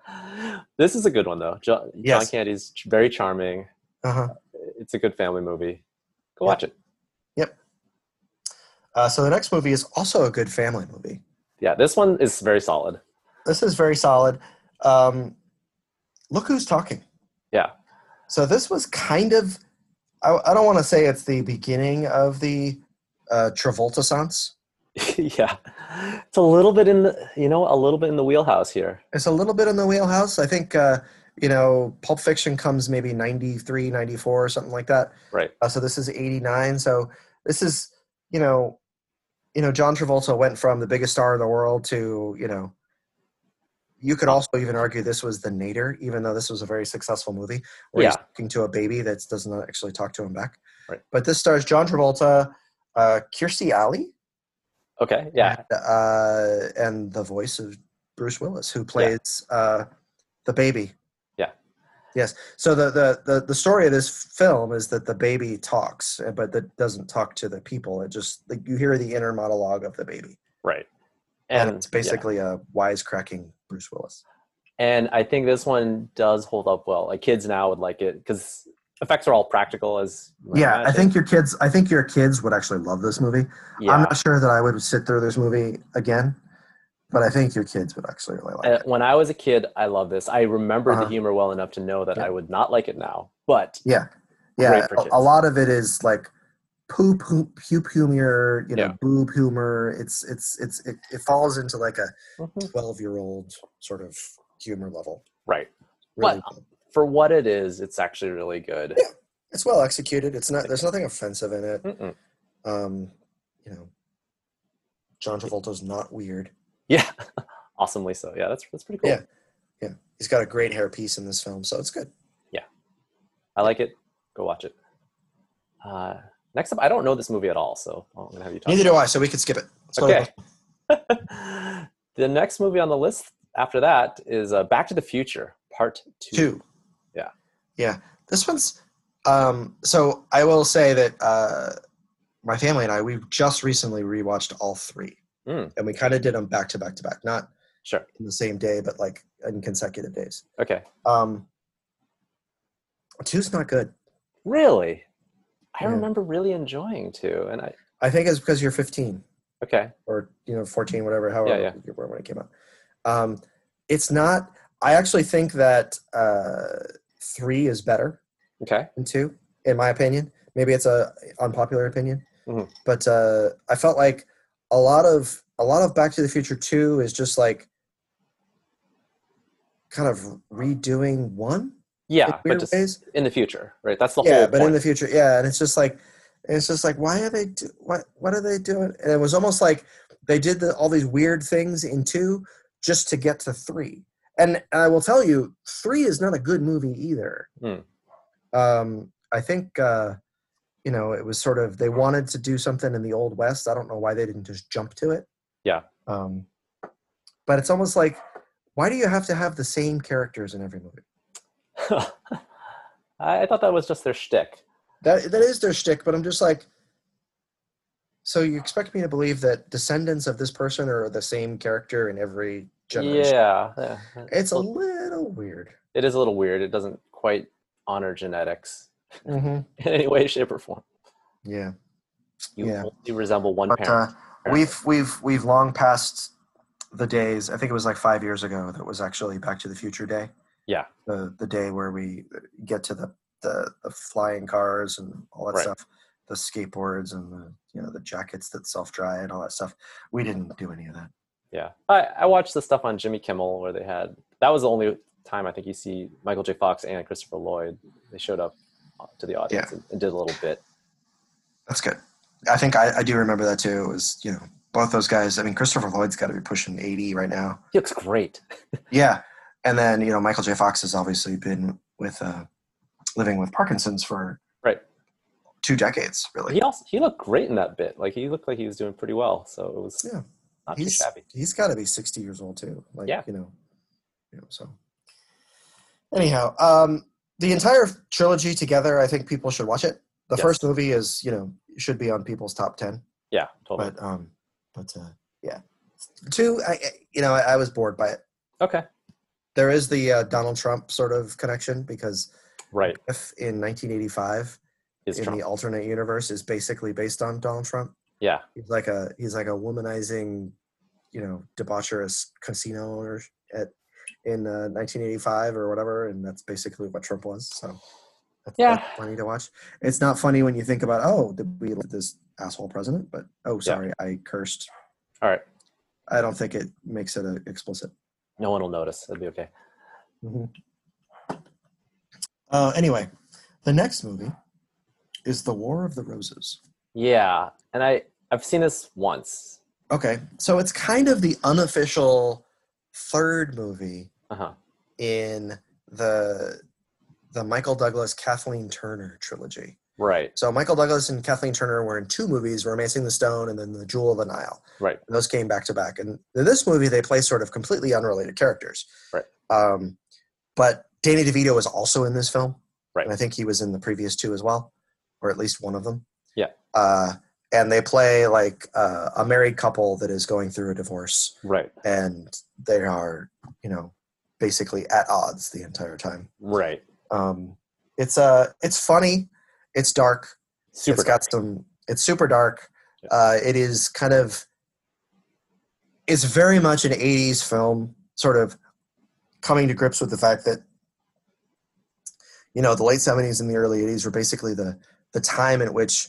A: this is a good one though. John, John
B: Yes.
A: Candy's ch- very charming.
B: Uh huh.
A: It's a good family movie. Go
B: Yeah.
A: watch it.
B: Uh, so the next movie is also a good family movie.
A: Yeah, this one is very solid.
B: This is very solid. Um, look who's talking.
A: Yeah.
B: So this was kind of, I, I don't want to say it's the beginning of the uh, Travolta sense.
A: yeah.
C: It's a little bit in the, you know, a little bit in the wheelhouse here.
B: It's a little bit in the wheelhouse. I think, uh, you know, Pulp Fiction comes maybe 93, 94 or something like that.
A: Right.
B: Uh, so this is 89. So this is, you know, you know, John Travolta went from the biggest star in the world to, you know, you could also even argue this was the Nader, even though this was a very successful movie where he's
A: Yeah.
B: talking to a baby that does not actually talk to him back.
A: Right.
B: But this stars John Travolta, uh, Kirstie Alley,
A: Okay. Yeah.
B: uh, and the voice of Bruce Willis, who plays uh, the baby.
A: Yeah.
B: Yes. So the, the the the story of this film is that the baby talks, uh, but that doesn't talk to the people. It just like you hear the inner monologue of the baby,
A: Right.
B: and,
A: And
B: it's basically a wisecracking Bruce Willis.
A: And I think this one does hold up well. Like kids now would like it because effects are all practical. As you might
B: yeah, I
A: imagine.
B: think your kids. I think your kids would actually love this movie.
A: Yeah.
B: I'm not sure that I would sit through this movie again, but I think your kids would actually really like
A: Uh,
B: it.
A: when I was a kid, I loved this. I remembered
B: Uh-huh.
A: the humor well enough to know that
B: Yeah.
A: I would not like it now. But
B: Yeah.
A: Great
B: Yeah.
A: for
B: a-
A: kids.
B: A, lot of it is like poo poo pew humor, you know,
A: Yeah.
B: boob humor. It's it's it's it, it falls into like a twelve year old sort of humor level.
A: right,
B: Really
A: But-
B: good.
A: for what it is, it's actually really good.
B: Yeah. it's well executed. It's not there's nothing offensive in it.
A: Mm-mm.
B: Um, you know. John Travolta's not weird.
A: Yeah, awesomely so. Yeah, that's that's pretty cool.
B: Yeah. He's got a great hairpiece in this film, so it's good.
A: I like it. Go watch it. Uh, next up, I don't know this movie at all, so I'm gonna have you talk.
B: Neither do I, so we could skip it. So-
A: Okay. the next movie on the list after that is uh, Back to the Future Part Two.
B: two.
A: Yeah.
B: Yeah. This one's um so I will say that uh my family and I we've just recently rewatched all three.
A: Mm.
B: And we kind of did them back to back to back, not
A: Sure.
B: in the same day but like in consecutive days.
A: Okay.
B: Um two's not good.
A: Really, I
B: Yeah.
A: remember really enjoying two, and I
B: I think it's because you're 15
A: okay.
B: or you know 14 whatever however
A: yeah.
B: you were when it came out. Um it's not I actually think that uh 3 is better.
A: Okay.
B: and two, in my opinion. Maybe it's a unpopular opinion,
A: Mhm.
B: but uh, I felt like a lot of a lot of Back to the Future Two is just like kind of redoing one in
A: Yeah, but
B: weird
A: just
B: ways.
A: in the future, right? That's the
B: Yeah,
A: whole
B: but in
A: point.
B: the future, yeah, and it's just like it's just like why are they do what what are they doing? And it was almost like they did the, all these weird things in two just to get to three. And I will tell you, three is not a good movie either.
A: Hmm.
B: Um, I think uh, you know it was sort of they wanted to do something in the old west. I don't know why they didn't just jump to it.
A: Yeah.
B: Um, but it's almost like why do you have to have the same characters in every movie?
A: I, I thought that was just their shtick.
B: That that is their shtick, but I'm just like, so you expect me to believe that descendants of this person are the same character in every generation?
A: Yeah, yeah.
B: It's a little weird.
A: It is a little weird. It doesn't quite honor genetics
B: Mm-hmm.
A: in any way, shape, or form.
B: Yeah,
A: You
B: Yeah.
A: only resemble one
B: but
A: parent.
B: uh, we've we've we've long passed the days. I think it was like five years ago that was actually Back to the Future Day.
A: Yeah.
B: the the day where we get to the the, the flying cars and all that
A: Right.
B: stuff, the skateboards and the you know the jackets that self dry and all that stuff. We didn't do any of that.
A: yeah, I, I watched the stuff on Jimmy Kimmel where they had. That was the only time I think you see Michael J. Fox and Christopher Lloyd. They showed up uh, to the audience and, and did a little bit.
B: That's good. I think I, I do remember that too. It was, you know, both those guys. I mean, Christopher Lloyd's got to be pushing 80 right now.
A: He looks great.
B: Yeah. And then, you know, Michael J. Fox has obviously been with, uh, living with Parkinson's for
A: Right.
B: two decades, really.
A: He also he looked great in that bit. Like he looked like he was doing pretty well. So it was
B: Yeah.
A: not too
B: He's,
A: shabby.
B: he's got to be 60 years old too. Like,
A: Yeah.
B: you know, You know, so anyhow, um, the entire trilogy together, I think people should watch it. The
A: Yes.
B: first movie is, you know, should be on people's top ten.
A: Yeah, totally.
B: But um, but uh, yeah, two. I, I- you know, I, I was bored by it.
A: okay,
B: There is the uh, Donald Trump sort of connection because
A: right.
B: if in 1985
A: Is
B: in
A: Trump?
B: the alternate universe is basically based on Donald Trump.
A: Yeah,
B: He's like a he's like a womanizing, you know, debaucherous casino owner at in uh, 1985 or whatever, and that's basically what Trump was. So that's,
A: Yeah.
B: that's funny to watch. It's not funny when you think about oh did we elect this asshole president, but oh sorry I cursed.
A: All right.
B: I don't think it makes it uh, explicit.
A: no one will notice. It'll be okay.
B: Uh, anyway, the next movie is The War of the Roses.
A: Yeah, and I I've seen this once.
B: Okay, so it's kind of the unofficial third movie
A: Uh huh.
B: in the the Michael Douglas Kathleen Turner trilogy.
A: Right.
B: So Michael Douglas and Kathleen Turner were in two movies, *Romancing the Stone* and then *The Jewel of the Nile*.
A: Right.
B: And those came back to back, and in this movie they play sort of completely unrelated characters.
A: Right.
B: Um, but Danny DeVito is also in this film.
A: Right.
B: And I think he was in the previous two as well, or at least one of them.
A: Yeah.
B: Uh, and they play like uh, a married couple that is going through a divorce,
A: Right.
B: and they are, you know, basically at odds the entire time.
A: Right.
B: Um, it's uh, it's funny, it's dark,
A: Super.
B: it's got some it's super dark
A: Yeah.
B: uh, it is kind of it's very much an 80s film sort of coming to grips with the fact that you know the late 70s and the early 80s were basically the the time in which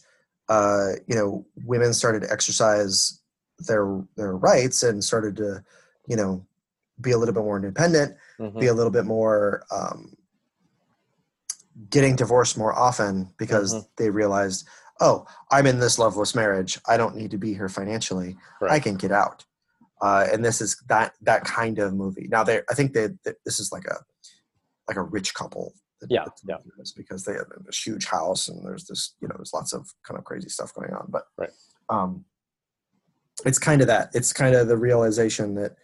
B: uh, you know women started to exercise their their rights and started to you know be a little bit more independent
A: Mhm.
B: be a little bit more um, getting divorced more often because
A: Mhm.
B: they realized, oh, I'm in this loveless marriage. I don't need to be here financially. I
A: Right.
B: can get out. Uh, and this is that that kind of movie. Now, they I think that that this is like a like a rich couple. that-
A: Yeah,
B: that's
A: yeah.
B: doing this Because they have this huge house and there's this you know there's lots of kind of crazy stuff going on. But
A: Right.
B: um, it's kind of that. It's kind of the realization that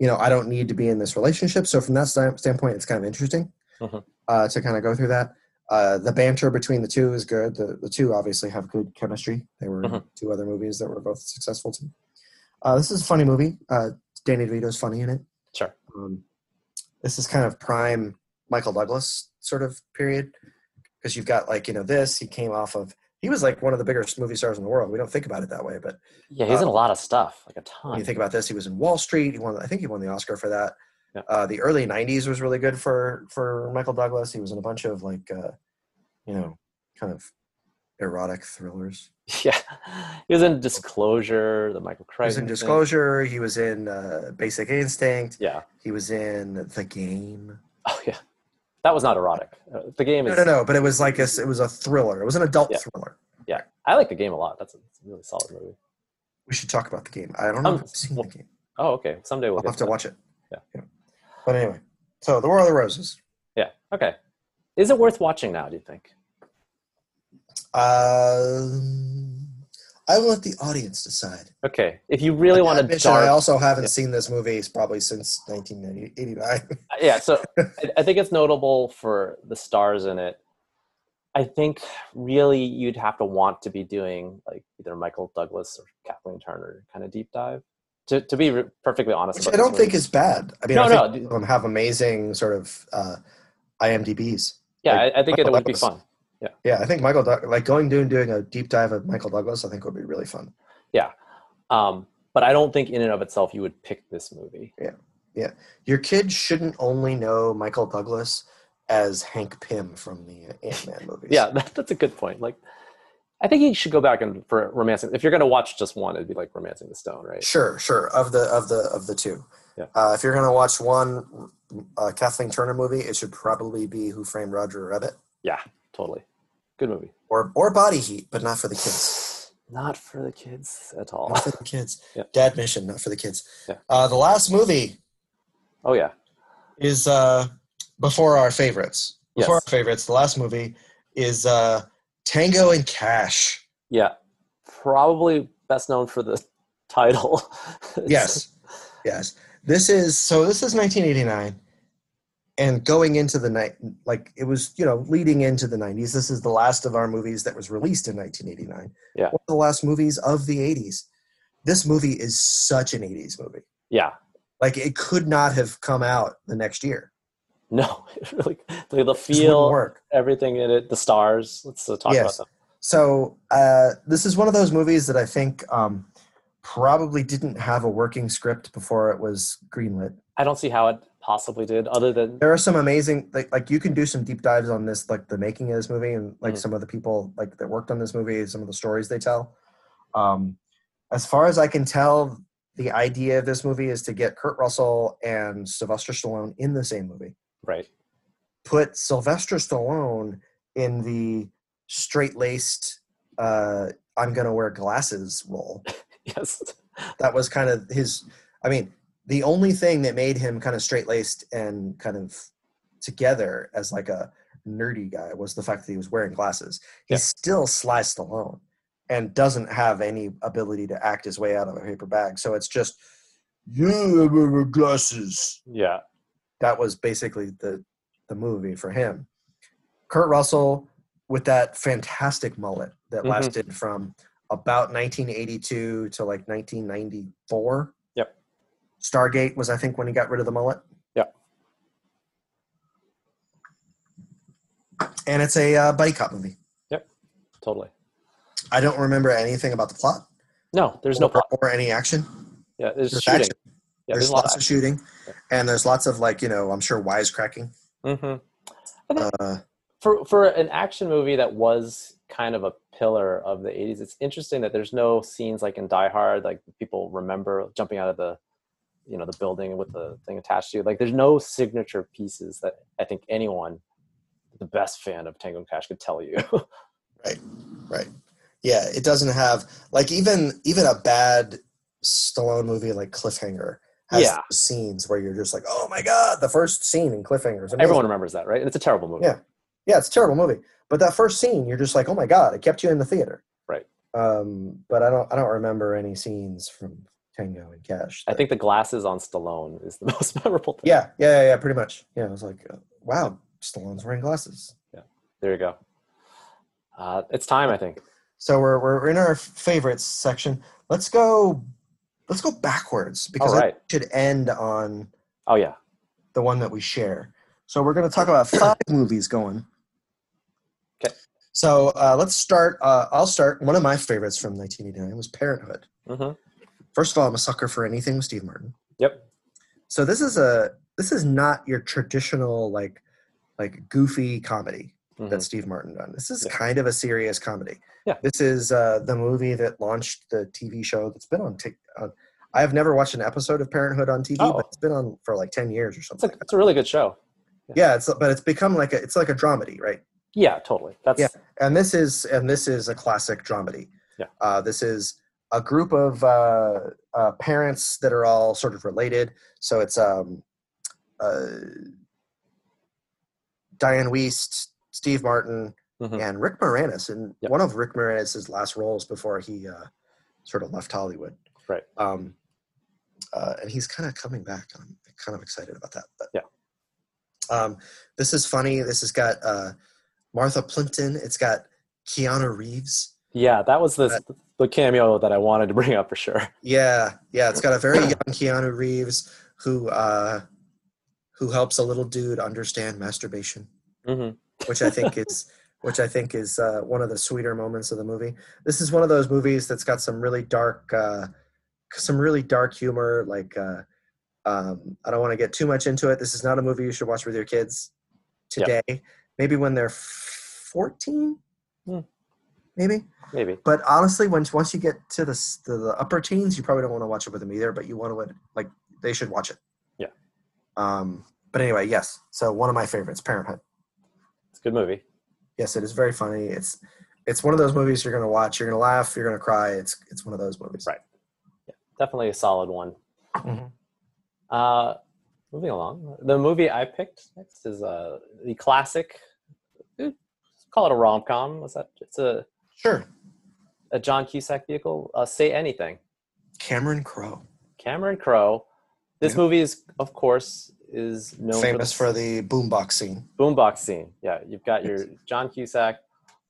B: you know, I don't need to be in this relationship. So from that sta- standpoint, it's kind of interesting
A: Mhm.
B: uh, to kind of go through that. Uh, the banter between the two is good. The, the two obviously have good chemistry. They were in
A: Mhm.
B: two other movies that were both successful too. Uh, this is a funny movie. Uh, Danny DeVito's funny in it.
A: Sure.
B: Um, this is kind of prime Michael Douglas sort of period because you've got like you know this. He came off of he was like one of the biggest movie stars in the world. We don't think about it that way, but
A: Yeah, he's in a
B: uh,
A: lot of stuff, like a
B: when
A: ton.
B: you think about this, he was in Wall Street. He won. I think he won the Oscar for that.
A: Yeah.
B: Uh, the early '90s was really good for for Michael Douglas. He was in a bunch of like, uh, you know, kind of erotic thrillers.
A: yeah, he was in Disclosure, the Michael
B: He
A: Crichton.
B: was in
A: thing.
B: Disclosure. He was in uh, Basic Instinct.
A: Yeah.
B: He was in The Game.
A: Oh yeah, that was not erotic. Uh, the game
B: No,
A: is.
B: no, no. But it was like a, it was a thriller. It was an adult
A: Yeah.
B: thriller.
A: I like the game a lot. That's a, it's a really solid movie.
B: We should talk about The Game. I don't know
A: Um,
B: if I've seen
A: well,
B: The Game.
A: Oh okay, someday we'll
B: I'll
A: get
B: have to
A: that.
B: watch it.
A: Yeah.
B: But anyway, so The War of the Roses.
A: Yeah. Okay. Is it worth watching now? Do you think?
B: Um, I will let the audience decide.
A: Okay. If you really want to
B: Admission,
A: dark,
B: I also haven't
A: Yeah.
B: seen this movie probably since 1989.
A: yeah. So I, I think it's notable for the stars in it. I think really you'd have to want to be doing like either Michael Douglas or Kathleen Turner kind of deep dive to to be re- perfectly honest.
B: Which
A: about
B: I
A: this
B: don't think
A: movie.
B: is bad. I mean,
A: No,
B: I
A: no,
B: think
A: d-
B: both of them have amazing sort of uh, IMDb's.
A: yeah.
B: like,
A: I, I think it
B: Michael
A: would be
B: Douglas.
A: fun.
B: Yeah, I think Michael Doug- like going doing doing a deep dive of Michael Douglas. I think would be really fun.
A: Um, but I don't think in and of itself you would pick this movie.
B: Your kids shouldn't only know Michael Douglas as Hank Pym from the Ant Man movies.
A: Yeah, that, that's a good point. Like, I think you should go back and for romancing. If you're going to watch just one, it'd be like romancing the stone, right?
B: Sure, sure. Of the of the of the two,
A: Yeah.
B: uh, if you're gonna watch one uh, Kathleen Turner movie, it should probably be Who Framed Roger Rabbit
A: Yeah, totally. Good movie.
B: or or Body Heat, but not for the kids.
A: Not for the kids at all.
B: Not for the kids.
A: Yeah.
B: Dad mission, not for the kids.
A: Yeah.
B: Uh, the last movie
A: Oh yeah,
B: is uh, before our favorites. Before
A: Yes.
B: our favorites, the last movie is uh, Tango and Cash.
A: yeah. Probably best known for the title. It's-
B: Yes, yes. This is so. This is 1989. and going into the night like it was you know leading into the 90s this is the last of our movies that was released in 1989
A: Yeah.
B: one of the last movies of the 80s this movie is such an 80s movie
A: Yeah.
B: like it could not have come out the next year
A: No, it really, the, the
B: it just wouldn't
A: feel,
B: work
A: everything in it, the stars. Let's uh, talk
B: Yes.
A: about them.
B: So uh, this is one of those movies that I think um, probably didn't have a working script before it was greenlit.
A: I don't see how it possibly did, other than
B: There are some amazing like like you can do some deep dives on this, like the making of this movie and like
A: Mhm.
B: some of the people like that worked on this movie, some of the stories they tell. Um, as far as I can tell, the idea of this movie is to get Kurt Russell and Sylvester Stallone in the same movie.
A: right.
B: put Sylvester Stallone in the straight laced, uh, I'm going to wear glasses role.
A: Yes,
B: That was kind of his, I mean, the only thing that made him kind of straight laced and kind of together as like a nerdy guy was the fact that he was wearing glasses.
A: Yeah.
B: He's still Sly Stallone and doesn't have any ability to act his way out of a paper bag. So it's just, yeah, I wear glasses
A: yeah,
B: that was basically the the movie for him. Kurt Russell with that fantastic mullet that
A: Mhm.
B: lasted from about 1982 to like 1994.
A: Yep.
B: Stargate was I think when he got rid of the mullet.
A: Yep.
B: And it's a uh, buddy cop movie.
A: totally.
B: I don't remember anything about the plot.
A: No, there's no
B: or,
A: plot.
B: or any action.
A: Yeah, there's,
B: There's
A: shooting.
B: action.
A: Yeah,
B: there's,
A: there's, a lot
B: lots of shooting, and there's lots of like you know I'm sure wisecracking.
A: action. Mhm.
B: Uh,
A: for for an action movie that was kind of a pillar of the 80s it's interesting that there's no scenes like in die hard like people remember jumping out of the you know the building with the thing attached to you like there's no signature pieces that i think anyone the best fan of tango and cash could tell you
B: Right. Yeah, it doesn't have like even even a bad Stallone movie like Cliffhanger has
A: Yeah.
B: those scenes where you're just like, oh my god, the first scene in Cliffhanger. is amazing."
A: everyone remembers that right and it's a terrible movie
B: Yeah. Yeah, it's a terrible movie, but that first scene, you're just like, oh my god, it kept you in the theater.
A: Right.
B: Um, but I don't I don't remember any scenes from Tango and Cash.
A: i
B: that-
A: think the glasses on stallone is the most memorable thing
B: Yeah, yeah, yeah, yeah, pretty much. Yeah, I was like, uh, wow, Stallone's wearing glasses.
A: there you go uh, it's time i think
B: So we're we're in our favorites section. Let's go. Let's go backwards because
A: all
B: I
A: right
B: should end on
A: oh yeah
B: the one that we share. So we're going to talk about five movies going.
A: 'Kay.
B: So uh, let's start. Uh, I'll start. One of my favorites from 1989 was Parenthood.
A: hmm
B: First of all, I'm a sucker for anything with Steve Martin.
A: Yep.
B: So this is a this is not your traditional like like goofy comedy
A: Mm-hmm.
B: that Steve Martin done. This is
A: Yeah.
B: kind of a serious comedy.
A: Yeah.
B: This is uh, the movie that launched the TV show that's been on. T- uh, I have never watched an episode of Parenthood on TV,
A: Oh.
B: but it's been on for like ten years or
A: It's,
B: something.
A: a, it's a really good show
B: yeah, it's but it's become like a it's like a dramedy, right?
A: yeah totally that's
B: And this is and this is a classic dramedy.
A: Yeah.
B: Uh, this is a group of uh, uh, parents that are all sort of related. So it's um, uh, Diane Weist, Steve Martin,
A: Mhm.
B: and Rick Moranis, and
A: Yep.
B: one of Rick Moranis's last roles before he uh, sort of left Hollywood.
A: Right.
B: Um, uh, and he's kind of coming back. I'm kind of excited about that. But
A: Yeah.
B: Um, this is funny. This has got uh, Martha Plimpton. It's got Keanu Reeves.
A: Yeah, that was the the cameo that I wanted to bring up for sure.
B: Yeah, yeah. It's got a very young Keanu Reeves who uh, who helps a little dude understand masturbation.
A: hmm
B: which I think is which I think is uh, one of the sweeter moments of the movie. This is one of those movies that's got some really dark, uh, some really dark humor. Like uh, um, I don't want to get too much into it. This is not a movie you should watch with your kids today.
A: Yeah.
B: Maybe when they're fourteen,
A: Hmm.
B: maybe.
A: Maybe.
B: But honestly, once once you get to the s- to the upper teens, you probably don't want to watch it with them either. But you want to like they should watch it.
A: Yeah.
B: Um. But anyway, yes. So one of my favorites, Parenthood.
A: It's a good movie.
B: Yes, it is very funny. It's it's one of those movies you're gonna watch, you're gonna laugh, you're gonna cry. It's it's one of those movies.
A: Right. Definitely a solid one.
B: Mhm.
A: Uh, moving along, the movie I picked next is uh, the classic. eh, Call it a rom com. What's that? It's a,
B: Sure.
A: a John Cusack vehicle. Uh, Say anything.
B: Cameron Crowe.
A: Cameron Crowe. This
B: Yeah.
A: movie is of course, is known
B: famous
A: for
B: for the boombox scene.
A: the boombox scene. Yeah, you've got your John Cusack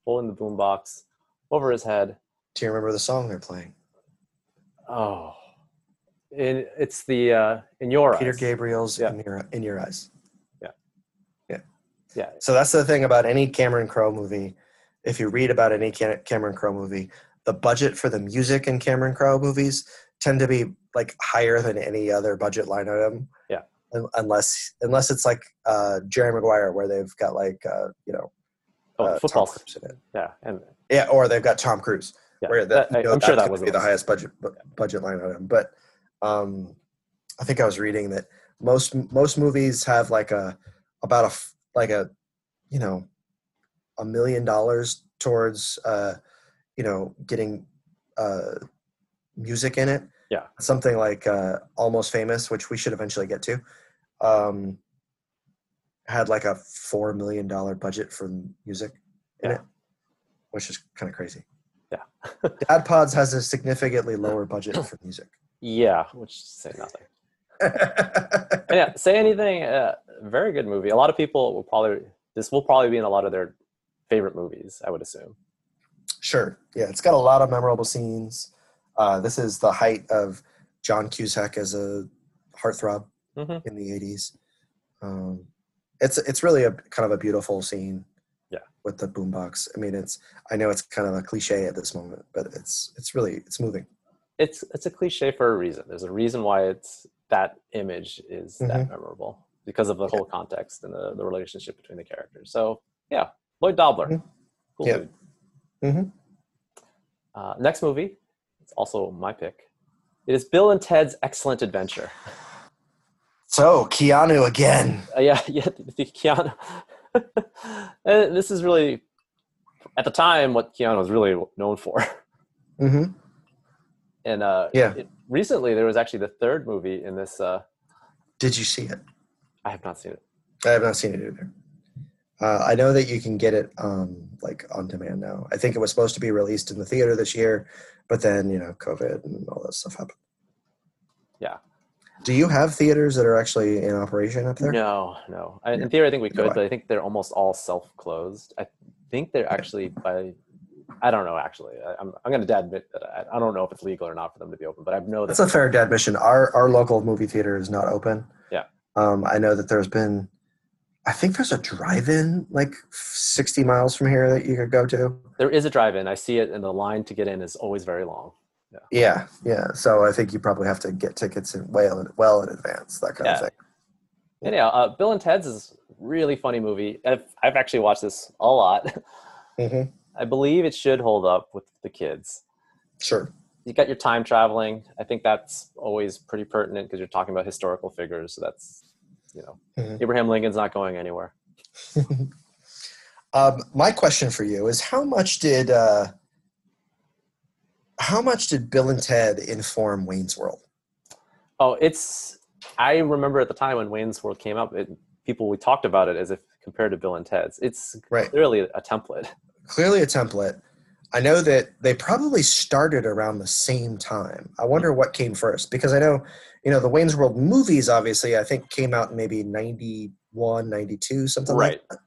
A: holding the boombox over his head.
B: Do you remember the song they're playing?
A: Oh, and it's the uh, in your
B: Peter
A: eyes.
B: Gabriel's
A: Yeah.
B: in, your, in Your Eyes.
A: Yeah.
B: Yeah.
A: Yeah.
B: So that's the thing about any Cameron Crowe movie. If you read about any Cam- Cameron Crowe movie, the budget for the music in Cameron Crowe movies tend to be like higher than any other budget line item.
A: Yeah.
B: Un- Unless unless it's like uh, Jerry Maguire, where they've got like uh, you know
A: Oh,
B: uh,
A: football.
B: Tom Cruise in it.
A: Yeah, and
B: Yeah, or they've got Tom Cruise.
A: yeah,
B: where that,
A: that- I-
B: you know,
A: I'm sure that
B: could
A: was
B: be the highest budget bu- budget line item. But um, I think I was reading that most most movies have like a about a f- like a you know a million dollars towards uh, you know getting uh, music in it.
A: Yeah.
B: something like uh, Almost Famous, which we should eventually get to. Um, had like a four million dollar budget for music in
A: Yeah.
B: it, which is kind of crazy.
A: Yeah.
B: Dad Pods has a significantly lower budget for music.
A: yeah, which say nothing. But yeah, say anything. Uh, very good movie. A lot of people will probably this will probably be in a lot of their favorite movies. I would assume.
B: sure. Yeah, it's got a lot of memorable scenes. Uh, this is the height of John Cusack as a heartthrob
A: Mhm.
B: in the '80s. Um, it's it's really a kind of a beautiful scene.
A: Yeah.
B: With the boombox. I mean, it's I know it's kind of a cliche at this moment, but it's it's really it's moving.
A: It's it's a cliche for a reason. There's a reason why it's that image is that
B: Mm-hmm.
A: memorable because of the whole context and the, the relationship between the characters. So yeah, Lloyd Dobler,
B: Mhm.
A: cool
B: Yeah.
A: dude.
B: Mhm.
A: Uh, next movie, it's also my pick. It is Bill and Ted's Excellent Adventure.
B: So Keanu again.
A: uh, yeah, yeah, the Keanu. Uh, this is really, at the time, what Keanu was really known for.
B: Mm-hmm.
A: And uh,
B: Yeah.
A: it- recently, there was actually the third movie in this. Uh,
B: Did you see it?
A: I have not seen it.
B: I have not seen it either. Uh, I know that you can get it um, like on demand now. I think it was supposed to be released in the theater this year, but then you know COVID and all that stuff happened.
A: Yeah.
B: Do you have theaters that are actually in operation up there?
A: No, no. I,
B: Yeah.
A: In theory, I think we
B: Neither
A: could,
B: do I.
A: but I think they're almost all self-closed. I think they're actually by. I don't know. Actually, I, I'm I'm going to admit that I, I don't know if it's legal or not for them to be open, but I know that
B: That's a fair dad mission. Our our local movie theater is not open.
A: Yeah.
B: Um, I know that there's been, I think there's a drive-in like 60 miles from here that you could go to.
A: there is a drive-in. I see it, and the line to get in is always very long.
B: Yeah, yeah. So I think you probably have to get tickets in well, well in advance, that kind
A: Yeah.
B: of thing.
A: Anyhow, uh, Bill and Ted's is a really funny movie. I've, I've actually watched this a lot.
B: Mm-hmm.
A: I believe it should hold up with the kids.
B: Sure.
A: You got your time traveling. I think that's always pretty pertinent because you're talking about historical figures. So that's, you know,
B: Mhm.
A: Abraham Lincoln's not going anywhere.
B: Um, my question for you is how much did uh, how much did Bill and Ted inform Wayne's World?
A: Oh, it's. I remember at the time when Wayne's World came up, it, people we talked about it as if compared to Bill and Ted's. It's
B: Right.
A: clearly a template.
B: Clearly a template. I know that they probably started around the same time. I wonder what came first because I know, you know, the Wayne's World movies obviously I think came out in maybe 91, 92, something like
A: Right.
B: that.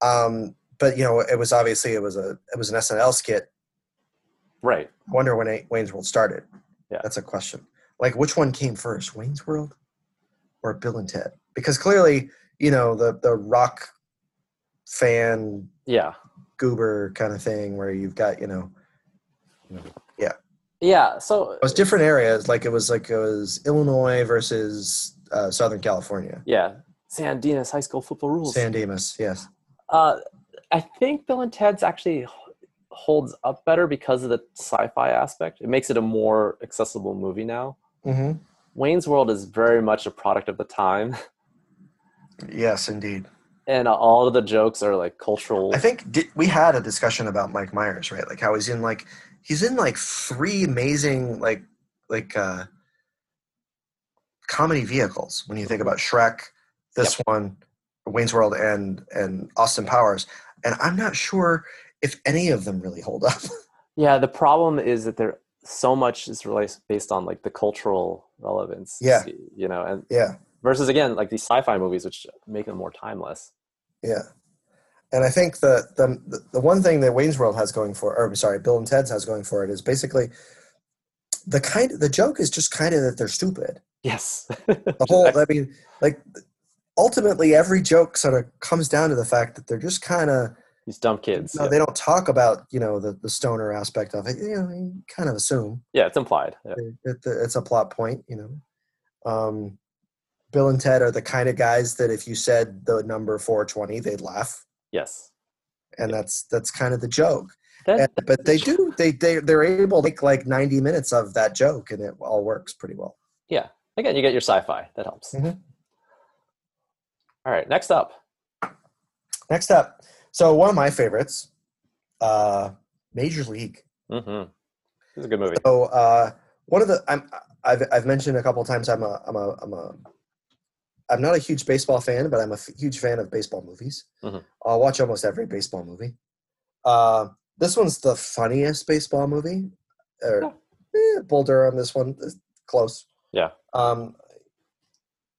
B: Um, but you know, it was obviously it was a it was an SNL skit
A: Right.
B: I wonder when A- Wayne's World started.
A: Yeah.
B: That's a question. Like, which one came first, Wayne's World or Bill and Ted? Because clearly, you know, the, the rock fan
A: Yeah.
B: goober kind of thing where you've got, you know,
A: Yeah. So
B: it was different areas. Like, it was like it was Illinois versus uh, Southern California.
A: Yeah. Sandinas High School football rules.
B: San Dimas, yes.
A: Uh, I think Bill and Ted's actually h- holds up better because of the sci-fi aspect. It makes it a more accessible movie now.
B: hmm
A: Wayne's World is very much a product of the time,
B: Yes, indeed.
A: and all of the jokes are like cultural.
B: I think di we had a discussion about Mike Myers, right? Like how he's in like he's in like three amazing like like uh comedy vehicles when you think about Shrek, this one, Wayne's World and and Austin Powers. And I'm not sure if any of them really hold up.
A: Yeah, the problem is that there so much is really based on like the cultural relevance.
B: Yeah.
A: You know, and
B: yeah.
A: versus again like these sci-fi movies which make them more timeless
B: Yeah. And I think the, the the one thing that Wayne's World has going for, or I'm sorry, Bill and Ted's has going for it is basically the kind the joke is just kind of that they're stupid.
A: yes
B: The whole, I mean, like ultimately every joke sort of comes down to the fact that they're just kind of
A: these dumb kids
B: no,
A: yeah.
B: they don't talk about you know the, the stoner aspect of it. You know, you kind of assume
A: yeah it's implied yeah.
B: that the- it's a plot point. You know, um, Bill and Ted are the kind of guys that if you said the number 420, they'd laugh,
A: yes
B: and that's that's kind of the joke.
A: That-
B: And- but they do they they they're able to make like 90 minutes of that joke, and it all works pretty well.
A: again you get your sci-fi that helps
B: Mhm.
A: All right next up
B: Next up, so one of my favorites, uh, Major League.
A: mm-hmm. this is a good movie
B: So uh, one of the I'm I've I've mentioned a couple of times I'm a I'm a I'm a I'm not a huge baseball fan, but I'm a f- huge fan of baseball movies.
A: Mhm.
B: I'll watch almost every baseball movie. Uh, this one's the funniest baseball movie. Or, eh, Bull Durham, this one is close.
A: Yeah.
B: Um,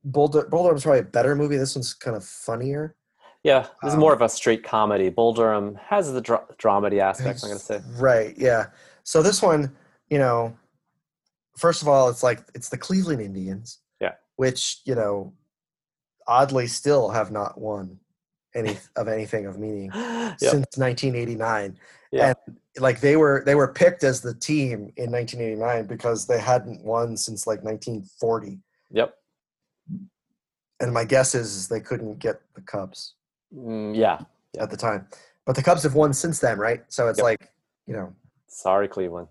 B: Bull, Dur- Bull Durham's probably a better movie. This one's kind of funnier.
A: yeah this is
B: um,
A: more of a straight comedy bull durham has the dra- dramedy aspect i'm gonna say
B: Right, yeah. So this one, you know, first of all, it's like it's the Cleveland Indians.
A: Yeah.
B: Which, you know, oddly still have not won any of anything of meaning
A: yeah
B: since 1989.
A: Yeah.
B: And like they were they were picked as the team in 1989 because they hadn't won since like 1940.
A: yep
B: And my guess is, is they couldn't get the Cubs
A: Mm, yeah
B: at the time. But the Cubs have won since then, right? So it's
A: Yep.
B: like, you know,
A: sorry cleveland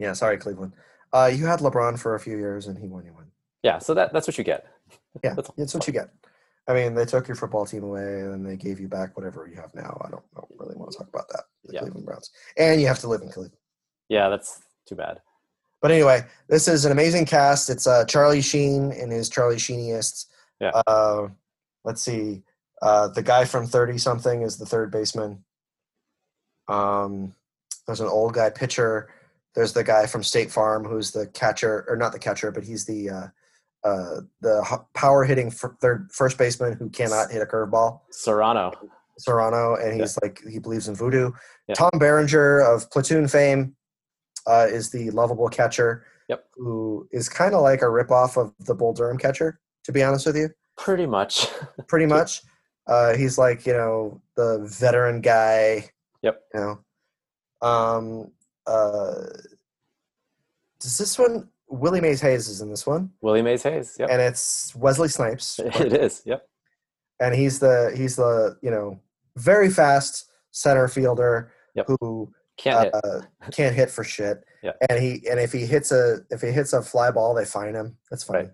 B: Yeah, sorry, Cleveland. Uh, you had LeBron for a few years, and he won you one.
A: yeah so that, that's what you get
B: Yeah,
A: That's-
B: that's what you get. I mean, they took your football team away, and then they gave you back whatever you have now. I don't, I don't really want to talk about that. The
A: Yeah.
B: Cleveland Browns, and you have to live in Cleveland.
A: yeah that's too bad
B: But anyway, this is an amazing cast. It's uh, Charlie Sheen and his Charlie Sheeniest.
A: Yeah.
B: Uh, let's see. Uh, the guy from Thirty Something is the third baseman. Um, there's an old guy pitcher. There's the guy from State Farm who's the catcher, or not the catcher, but he's the uh, uh, the h- power hitting fir- third first baseman who cannot hit a curveball.
A: serrano
B: Serrano, and he's like he believes in voodoo.
A: Yeah.
B: Tom Berenger of Platoon fame uh, is the lovable catcher.
A: Yep.
B: Who is kind of like a ripoff of the Bull Durham catcher, to be honest with you.
A: pretty much
B: Pretty much, uh, he's like you know the veteran guy.
A: Yep.
B: You know. Um. Uh. Does this one? Willie Mays Hayes is in this one,
A: willie mays hayes yep
B: and it's Wesley Snipes.
A: it is yep
B: and he's the he's the you know very fast center fielder
A: Yep.
B: who
A: can't
B: uh,
A: hit
B: can't hit for shit.
A: Yeah.
B: And he and if he hits a if he hits a fly ball, they fine him. That's fine.
A: Right.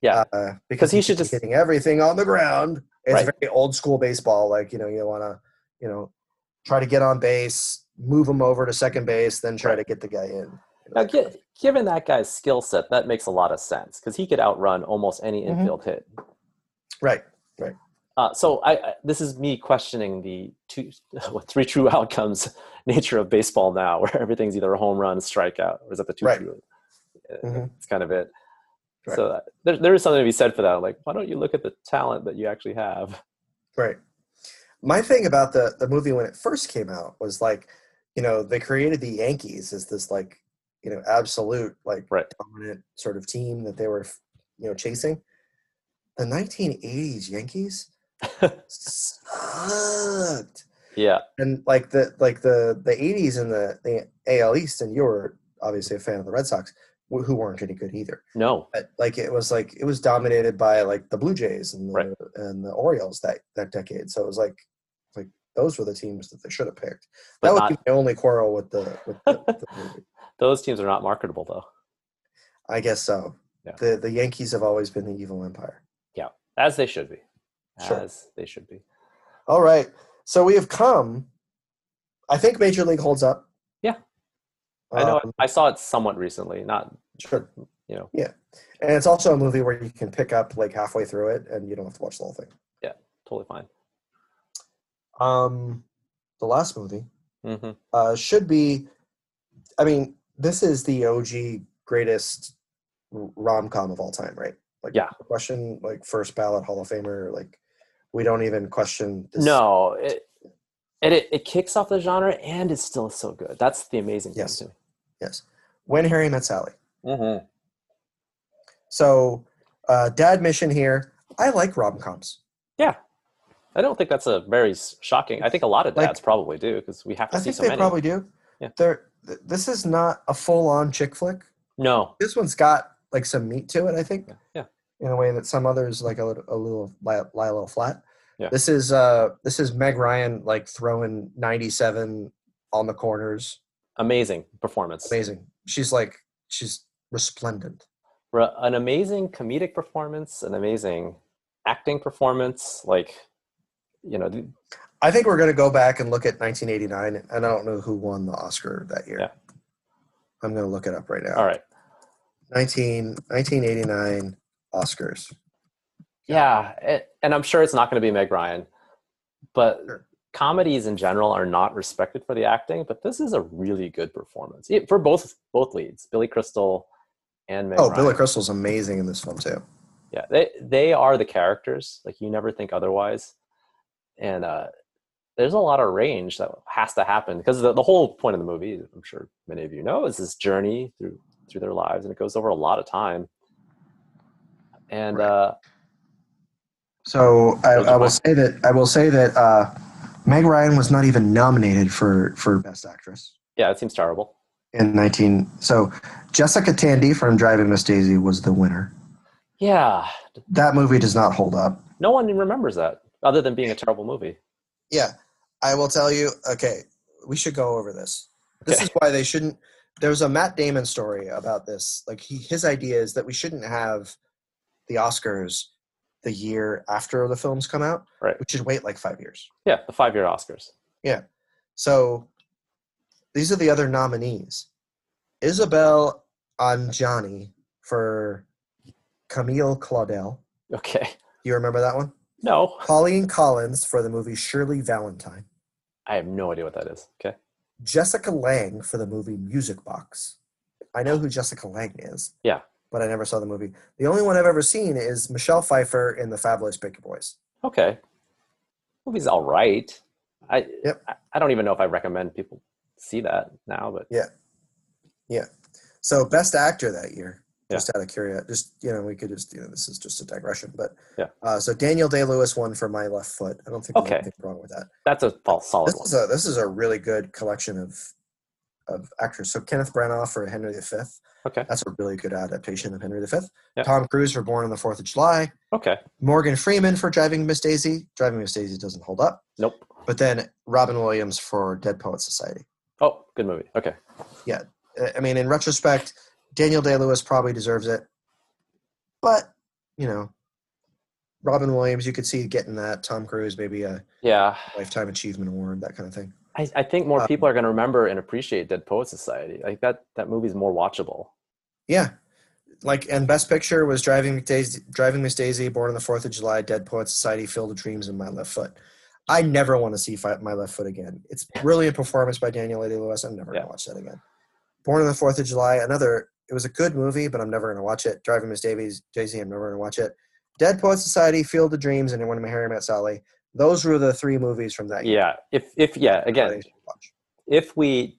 A: Yeah.
B: uh, because
A: 'Cause he
B: he
A: should
B: should be
A: just-
B: hitting everything on the ground. It's
A: Right.
B: very old school baseball. Like you know you want to you know try to get on base, move him over to second base, then try
A: Right.
B: to get the guy in.
A: Now, gi- given that guy's skill set, that makes a lot of sense because he could outrun almost any
B: Mhm.
A: infield hit.
B: Right.
A: Uh, so, I, I this is me questioning the two, what, three true outcomes nature of baseball now, where everything's either a home run, strikeout, or is that the two
B: Right.
A: true? uh,
B: Mhm.
A: It's kind of it.
B: Right.
A: So that, there, there is something to be said for that. Like, why don't you look at the talent that you actually have?
B: Right. My thing about the the movie when it first came out was like, you know, they created the Yankees as this like, you know, absolute like
A: Right.
B: dominant sort of team that they were, you know, chasing. The 1980s Yankees sucked.
A: Yeah,
B: And like the like the the 80s and the, the AL East and you were obviously a fan of the Red Sox wh- who weren't any good either
A: no,
B: but like it was like it was dominated by like the Blue Jays and the
A: Right.
B: and the Orioles that that decade. So it was like like those were the teams that they should have picked.
A: but
B: that would
A: not,
B: be my only quarrel with the with the, with the movie.
A: those teams are not marketable though.
B: I guess so.
A: Yeah.
B: The the Yankees have always been the evil empire.
A: As they should be.
B: Sure.
A: As they should be.
B: All right. So we have come. I think Major League holds up.
A: Yeah. I know.
B: Um,
A: I saw it somewhat recently. Not
B: sure.
A: you know.
B: Yeah. And it's also a movie where you can pick up like halfway through it and you don't have to watch the whole thing.
A: totally fine.
B: Um the last movie
A: hmm
B: uh, should be. I mean, this is the OG greatest rom com of all time, right? Like
A: Yeah.
B: question like first ballot Hall of Famer. Like we don't even question. This.
A: No, it, and it, it kicks off the genre and it's still so good. That's the amazing
B: Yes.
A: thing
B: Yes. When Harry Met Sally.
A: to me.
B: So, uh, dad mission here. I like rom coms.
A: I don't think that's a very s- shocking. I think a lot of
B: Like-
A: dads probably do because we have to
B: I
A: see
B: think
A: so
B: they
A: many.
B: probably do.
A: Yeah.
B: They're, th- this is not a full on chick flick.
A: no,
B: This one's got like some meat to it, I think.
A: yeah.
B: In a way that some others like a little, a little lie, lie a little flat.
A: Yeah.
B: This is uh this is Meg Ryan like throwing 97 on the corners.
A: amazing performance,
B: Amazing. She's like she's resplendent.
A: Ra- an amazing comedic performance, an amazing acting performance. Like, you know, th-
B: I think we're gonna go back and look at 1989, and I don't know who won the Oscar that year.
A: Yeah.
B: I'm gonna look it up right now.
A: all right,
B: 19, 1989 Oscars.
A: yeah, a- and I'm sure it's not going to be Meg Ryan, but
B: Sure.
A: comedies in general are not respected for the acting. But this is a really good performance Yeah, for both both leads, Billy Crystal and Meg.
B: Oh,
A: Ryan.
B: Billy Crystal's amazing in this film too.
A: yeah they they are the characters like you never think otherwise and uh there's a lot of range that has to happen because the, the whole point of the movie i'm sure many of you know is this journey through through their lives and it goes over a lot of time and
B: Right.
A: uh
B: So I,
A: Those are
B: I will
A: mine.
B: say that I will say that uh, Meg Ryan was not even nominated for for Best Actress
A: yeah it seems terrible
B: in 19. So Jessica Tandy from Driving Miss Daisy was the winner.
A: yeah
B: That movie does not hold up.
A: no one remembers that other than being a terrible movie
B: Yeah, I will tell you. Okay, we should go over this. This
A: Okay.
B: is why they shouldn't. There's a Matt Damon story about this. Like he, his idea is that we shouldn't have the Oscars the year after the films come out.
A: Right.
B: We should wait like five years.
A: yeah the five year oscars
B: So these are the other nominees: Isabel Anjani for Camille Claudel.
A: okay
B: You remember that one?
A: no
B: Pauline Collins for the movie Shirley Valentine.
A: i have no idea what that is okay
B: Jessica Lang for the movie Music Box. I know who Jessica Lang is.
A: Yeah.
B: But I never saw the movie. The only one I've ever seen is Michelle Pfeiffer in The Fabulous Baker Boys.
A: Okay. Movie's all right. I,
B: Yep.
A: I I don't even know if I recommend people see that now, but
B: So best actor that year.
A: Yeah.
B: Just out of curiosity, just you know, we could just you know, this is just a digression, but
A: Yeah.
B: Uh, so Daniel Day Lewis won for My Left Foot. I don't think there's
A: Okay.
B: anything wrong with that.
A: that's a fal- solid
B: This
A: one.
B: is a this is a really good collection of of actors. So Kenneth Branagh for Henry V.
A: Okay.
B: That's a really good adaptation of Henry V.
A: Yeah.
B: Tom Cruise for Born on the Fourth of July.
A: Okay.
B: Morgan Freeman for Driving Miss Daisy. Driving Miss Daisy doesn't hold up.
A: Nope.
B: But then Robin Williams for Dead Poet Society.
A: Oh, good movie. Okay.
B: Uh, I mean, in retrospect, Daniel Day Lewis probably deserves it. But, you know, Robin Williams, you could see getting that. Tom Cruise, maybe a
A: Yeah.
B: Lifetime Achievement Award, that kind of thing.
A: I, I think more
B: Um,
A: people are going to remember and appreciate Dead Poet Society. Like that that movie's more watchable.
B: Yeah. Like, and Best Picture was Driving Miss Daisy, Driving Miss Daisy Born on the Fourth of July, Dead Poet Society, Field of Dreams, and My Left Foot. I never want to see Fi- My Left Foot again. It's brilliant performance by Daniel Lady Lewis. I'm never
A: Yeah.
B: gonna watch that again. Born on the Fourth of July, another. It was a good movie, but I'm never gonna watch it. Driving Miss Davies, Daisy, I'm never gonna watch it. Dead Poet Society, Field of Dreams, and When Harry Met Sally. Those were the three movies from that year.
A: Yeah. If if yeah,
B: that I
A: again,
B: should watch.
A: if we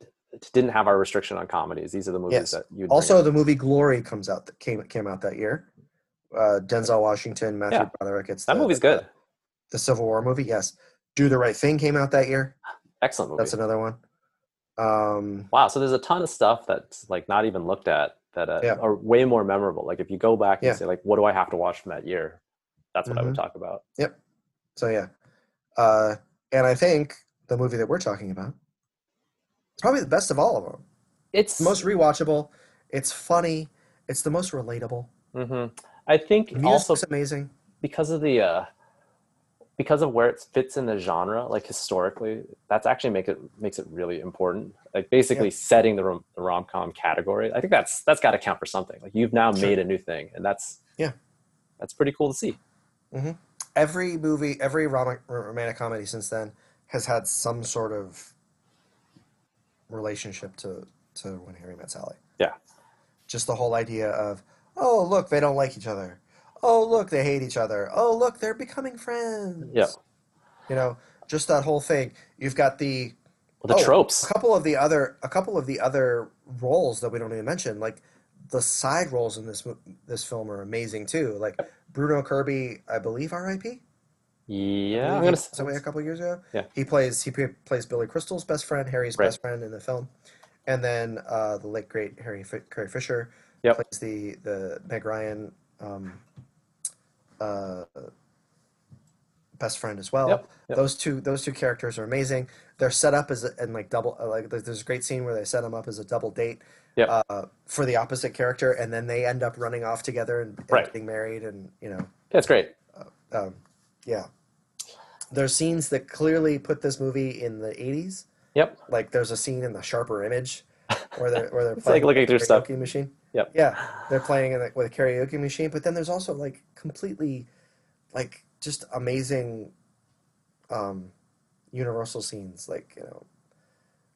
A: didn't have our restriction on comedies, these are the movies
B: Yes.
A: that you'd bring
B: Also,
A: up.
B: the movie Glory comes out that came came out that year. Uh, Denzel Washington, Matthew
A: Yeah.
B: Broderick. It's
A: that
B: the-
A: movie's good.
B: the Civil War movie. Yes, Do the Right Thing came out that year.
A: Excellent movie.
B: That's another one. Um,
A: Wow, so there's a ton of stuff that's like not even looked at that uh,
B: Yeah.
A: are way more memorable. Like if you go back and
B: Yeah. Mm-hmm.
A: say like, what do I have to watch from that year? That's what I would talk about.
B: so yeah, uh, and I think the movie that we're talking about is probably the best of all of them.
A: It's
B: It's most rewatchable. It's funny. It's the most relatable.
A: hmm I think
B: The music's
A: also
B: amazing.
A: because of the uh, because of where it fits in the genre, like historically, that's actually make it makes it really important. Like basically setting the rom the rom com category. I think that's that's got to count for something. Like you've now
B: Sure.
A: made a new thing, and that's
B: Yeah.
A: that's pretty cool to see.
B: Every movie, every rom- romantic comedy since then has had some sort of relationship to to When Harry Met Sally.
A: Yeah.
B: just the whole idea of oh look they don't like each other oh look they hate each other oh look they're becoming friends
A: Yeah.
B: you know just that whole thing you've got the
A: The
B: Oh, a
A: tropes.
B: couple of the other a couple of the other roles that we don't even mention like the side roles in this mo- this film are amazing too like bruno kirby i believe rip
A: Yeah,
B: believe
A: I'm
B: he
A: gonna.
B: passed away a couple years ago.
A: Yeah.
B: he plays he p- plays Billy Crystal's best friend, Harry's
A: Right.
B: best friend in the film, and then uh, the late great Harry F- Carrie Fisher
A: Yep.
B: plays the the Meg Ryan um, uh, best friend as well.
A: Yep, yep.
B: Those two those two characters are amazing. They're set up as a, and like double uh, like there's there's a great scene where they set them up as a double date.
A: Yep.
B: Uh, for the opposite character, and then they end up running off together and, and
A: Right.
B: getting married, and you know,
A: Yeah, it's great.
B: um, yeah there's scenes that clearly put this movie in the 80s
A: Yep.
B: like there's a scene in the sharper image where they're where they're
A: It's
B: playing
A: like looking
B: with a
A: through
B: karaoke
A: stuff.
B: machine
A: Yep.
B: yeah they're playing in the, with a karaoke machine but then there's also like completely like just amazing um universal scenes like you know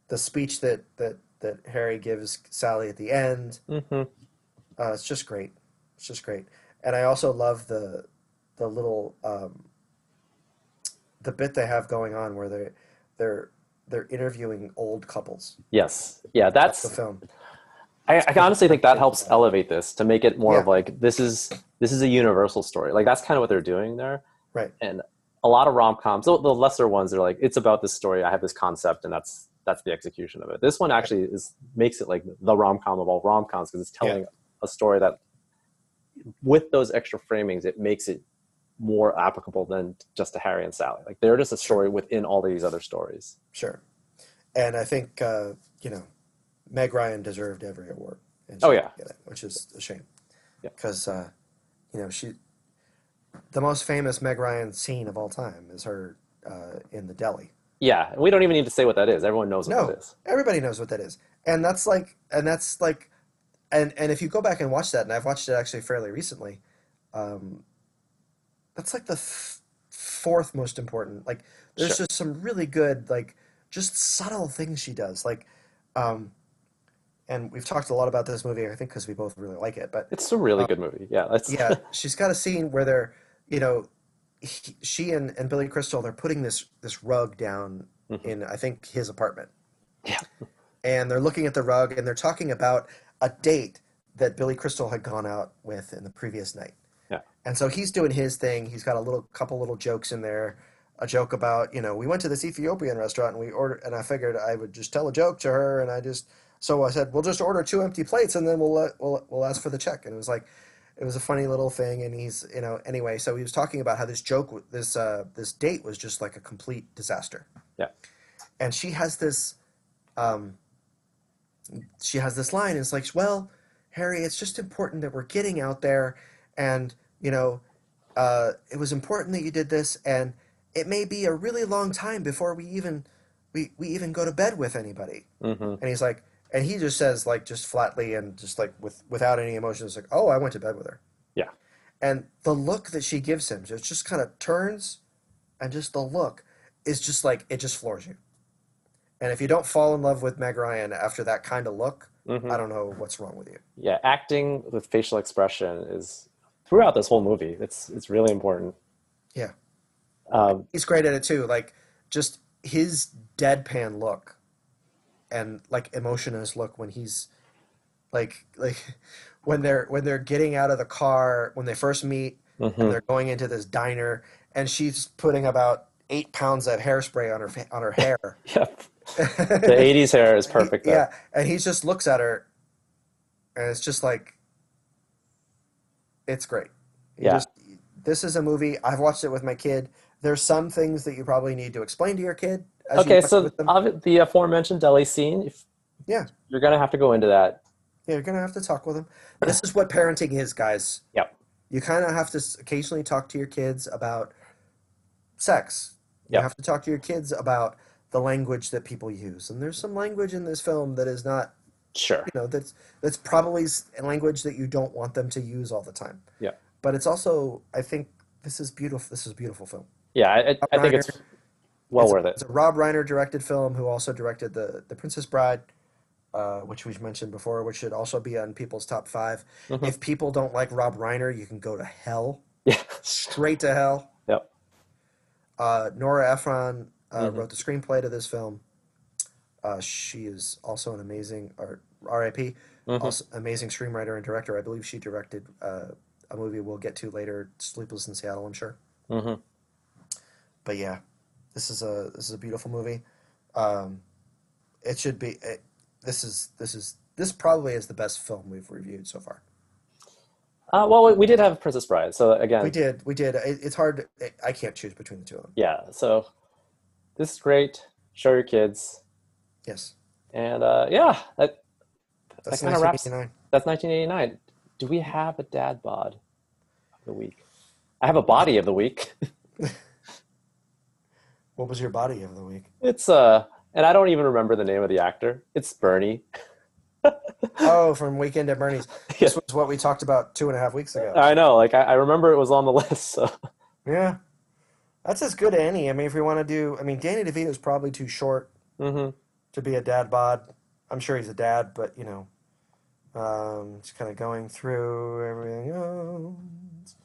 B: the speech that that that harry gives sally at the end
A: hmm
B: uh, it's just great. It's just great. And I also love the the little um, the bit they have going on where they they're they're interviewing old couples.
A: Yes. Yeah,
B: of the
A: that's.
B: film.
A: I, I honestly think that helps elevate this to make it more of
B: Yeah.
A: like this is this is a universal story. Like that's kind of what they're doing there.
B: Right.
A: And a lot of rom coms, the the lesser ones, are like it's about this story. I have this concept, and that's that's the execution of it. This one actually is makes it like the rom com of all rom coms because it's telling a story that with those extra framings, it makes it more applicable than just to Harry and Sally. Like they're just a story within all these other stories.
B: Sure. And I think uh, you know Meg Ryan deserved every award. And she
A: Oh,
B: didn't
A: yeah.
B: get it, which is a shame.
A: Yeah.
B: Because uh, you know she the most famous Meg Ryan scene of all time is her uh, in the deli.
A: Yeah, and we don't even need to say what that is. Everyone knows what
B: No.
A: it is.
B: Everybody knows what that is. And that's like and that's like and and if you go back and watch that, and I've watched it actually fairly recently, um, that's like the f- fourth most important. Like there's
A: Sure.
B: just some really good like just subtle things she does. Like um and we've talked a lot about this movie, I think, because we both really like it. But
A: It's a really good movie. Yeah, that's
B: Uh, yeah, she's got a scene where they're, you know, he, she and, and Billy Crystal they're putting this this rug down
A: Mhm.
B: in I think his apartment.
A: Yeah.
B: And they're looking at the rug and they're talking about a date that Billy Crystal had gone out with in the previous night.
A: Yeah.
B: And so he's doing his thing. He's got a little couple little jokes in there. A joke about, you know, we went to this Ethiopian restaurant and we ordered and I figured I would just tell a joke to her and I just so I said, "We'll just order two empty plates and then we'll uh, we'll we'll ask for the check." And it was like it was a funny little thing and he's you know anyway so he was talking about how this joke w- this uh this date was just like a complete disaster
A: Yeah.
B: and she has this um she has this line it's like well harry it's just important that we're getting out there and you know uh it was important that you did this and it may be a really long time before we even we, we even go to bed with anybody
A: hmm
B: and he's like and he just says like just flatly and just like with without any emotions like oh i went to bed with her
A: Yeah.
B: and the look that she gives him it just kind of turns and just the look is just like it just floors you and if you don't fall in love with meg ryan after that kind of look
A: hmm
B: i don't know what's wrong with you
A: yeah, acting with facial expression is throughout this whole movie. It's it's really important.
B: Yeah.
A: Um,
B: he's great at it too like just his deadpan look and like emotionless look when he's like like when they're when they're getting out of the car when they first meet and
A: mhm.
B: they're going into this diner, and she's putting about eight pounds of hairspray on her fa- on her hair.
A: Yep. The '80s hair is perfect. Though.
B: yeah, and he just looks at her, and it's just like, it's great. You
A: Yeah.
B: just- this is a movie. I've watched it with my kid. There's some things that you probably need to explain to your kid. As you
A: Okay,
B: watch it
A: so
B: with them.
A: obvi- the aforementioned deli scene. If
B: Yeah.
A: You're gonna have to go into that.
B: yeah, you're gonna have to talk with them. This is what parenting is, guys.
A: Yep.
B: You kind of have to s- occasionally talk to your kids about sex. You
A: Yep.
B: have to talk to your kids about the language that people use. And there's some language in this film that is not,
A: Sure.
B: you know, that's that's probably s- a language that you don't want them to use all the time.
A: Yep.
B: But it's also, I think, this is beautiful. This is a beautiful film.
A: Yeah, I, I- I think it's well
B: It's-
A: worth it.
B: It's a Rob Reiner directed film who also directed the the Princess Bride, uh, which we've mentioned before, which should also be on people's top 5
A: Mhm.
B: If people don't like Rob Reiner, you can go to hell,
A: Yeah.
B: straight to hell.
A: Yep.
B: Uh, Nora Ephron uh,
A: Mhm.
B: wrote the screenplay to this film. Uh, she is also an amazing, or R.I.P.
A: Mhm.
B: Also amazing screenwriter and director. I believe she directed uh, a movie we'll get to later, Sleepless in Seattle. I'm sure.
A: hmm
B: but yeah, this is a this is a beautiful movie. Um, it should be. It, this is this is this probably is the best film we've reviewed so far.
A: Uh, well, we, we did have Princess Bride, so again,
B: We did, we did. It, it's hard. It, I can't choose between the two of them.
A: yeah. So this is great. Show your kids,
B: Yes,
A: and uh, yeah, that
B: that's
A: kinda
B: nice.
A: wraps-
B: 89.
A: that's 1989. Do we have a dad bod of the week? I have a body of the week.
B: What was your body of the week?
A: It's uh, and I don't even remember the name of the actor. It's Bernie.
B: Oh, from Weekend at Bernie's.
A: Yeah. Uh,
B: This was what we talked about two and a half weeks ago.
A: I know, like I, I remember it was on the list. So
B: yeah, that's as good as any. I mean, if we want to do, I mean, Danny DeVito is probably too short
A: hmm
B: to be a dad bod. I'm sure he's a dad, but you know, um, just kind of going through everything else.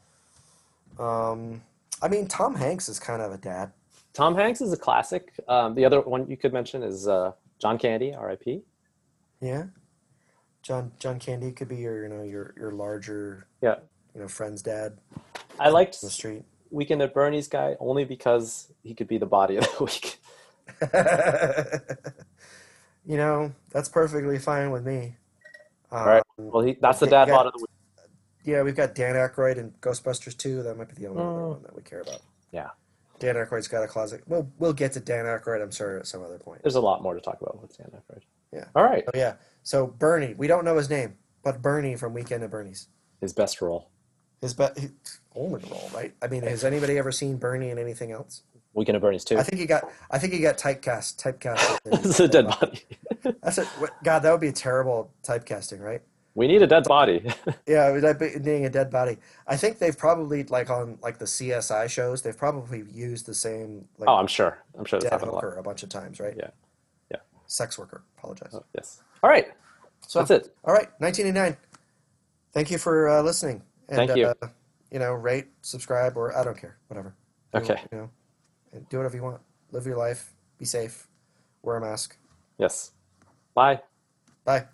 B: Um, I mean, Tom Hanks is kind of a dad.
A: Tom Hanks is a classic. Um, the other one you could mention is uh, John Candy, R.I.P.
B: Yeah, John John Candy could be your you know your your larger
A: Yeah,
B: you know friend's dad
A: I liked
B: on the street.
A: Weekend at Bernie's guy only because he could be the body of the week.
B: you know, that's perfectly fine with me. Um,
A: right. Well, he, that's the
B: Yeah,
A: dad
B: yeah.
A: bod of the week.
B: Yeah, we've got Dan Aykroyd and Ghostbusters 2. That might be the only other
A: Mm.
B: one that we care about.
A: Yeah.
B: Dan Aykroyd's got a closet. We'll we'll get to Dan Aykroyd, I'm sure, at some other point.
A: There's a lot more to talk about with Dan Aykroyd.
B: Yeah.
A: All right.
B: Oh yeah. So Bernie, we don't know his name, but Bernie from Weekend at Bernie's.
A: His best role,
B: His be- he- only role, right? I mean, has anybody ever seen Bernie in anything else?
A: Weekend at Bernie's too.
B: I think he got. I think he got typecast. Typecast.
A: It's a dead body.
B: That's a, what, God, that would be terrible typecasting, right?
A: We need a dead body.
B: Yeah, it would be being a dead body. I think they've probably like on like the CSI shows, they've probably used the same like
A: oh, I'm sure. I'm sure that's
B: dead
A: happened a lot.
B: hooker a bunch of times, right?
A: Yeah. Yeah.
B: Sex worker. Apologize.
A: Oh, yes. All right.
B: So
A: that's it.
B: All right, 1989. Thank you for uh, listening. And,
A: Thank you.
B: Uh, you know, rate, subscribe, or I don't care, whatever. Do-
A: Okay.
B: You know, and do whatever you want. Live your life. Be safe. Wear a mask.
A: Yes. Bye.
B: Bye.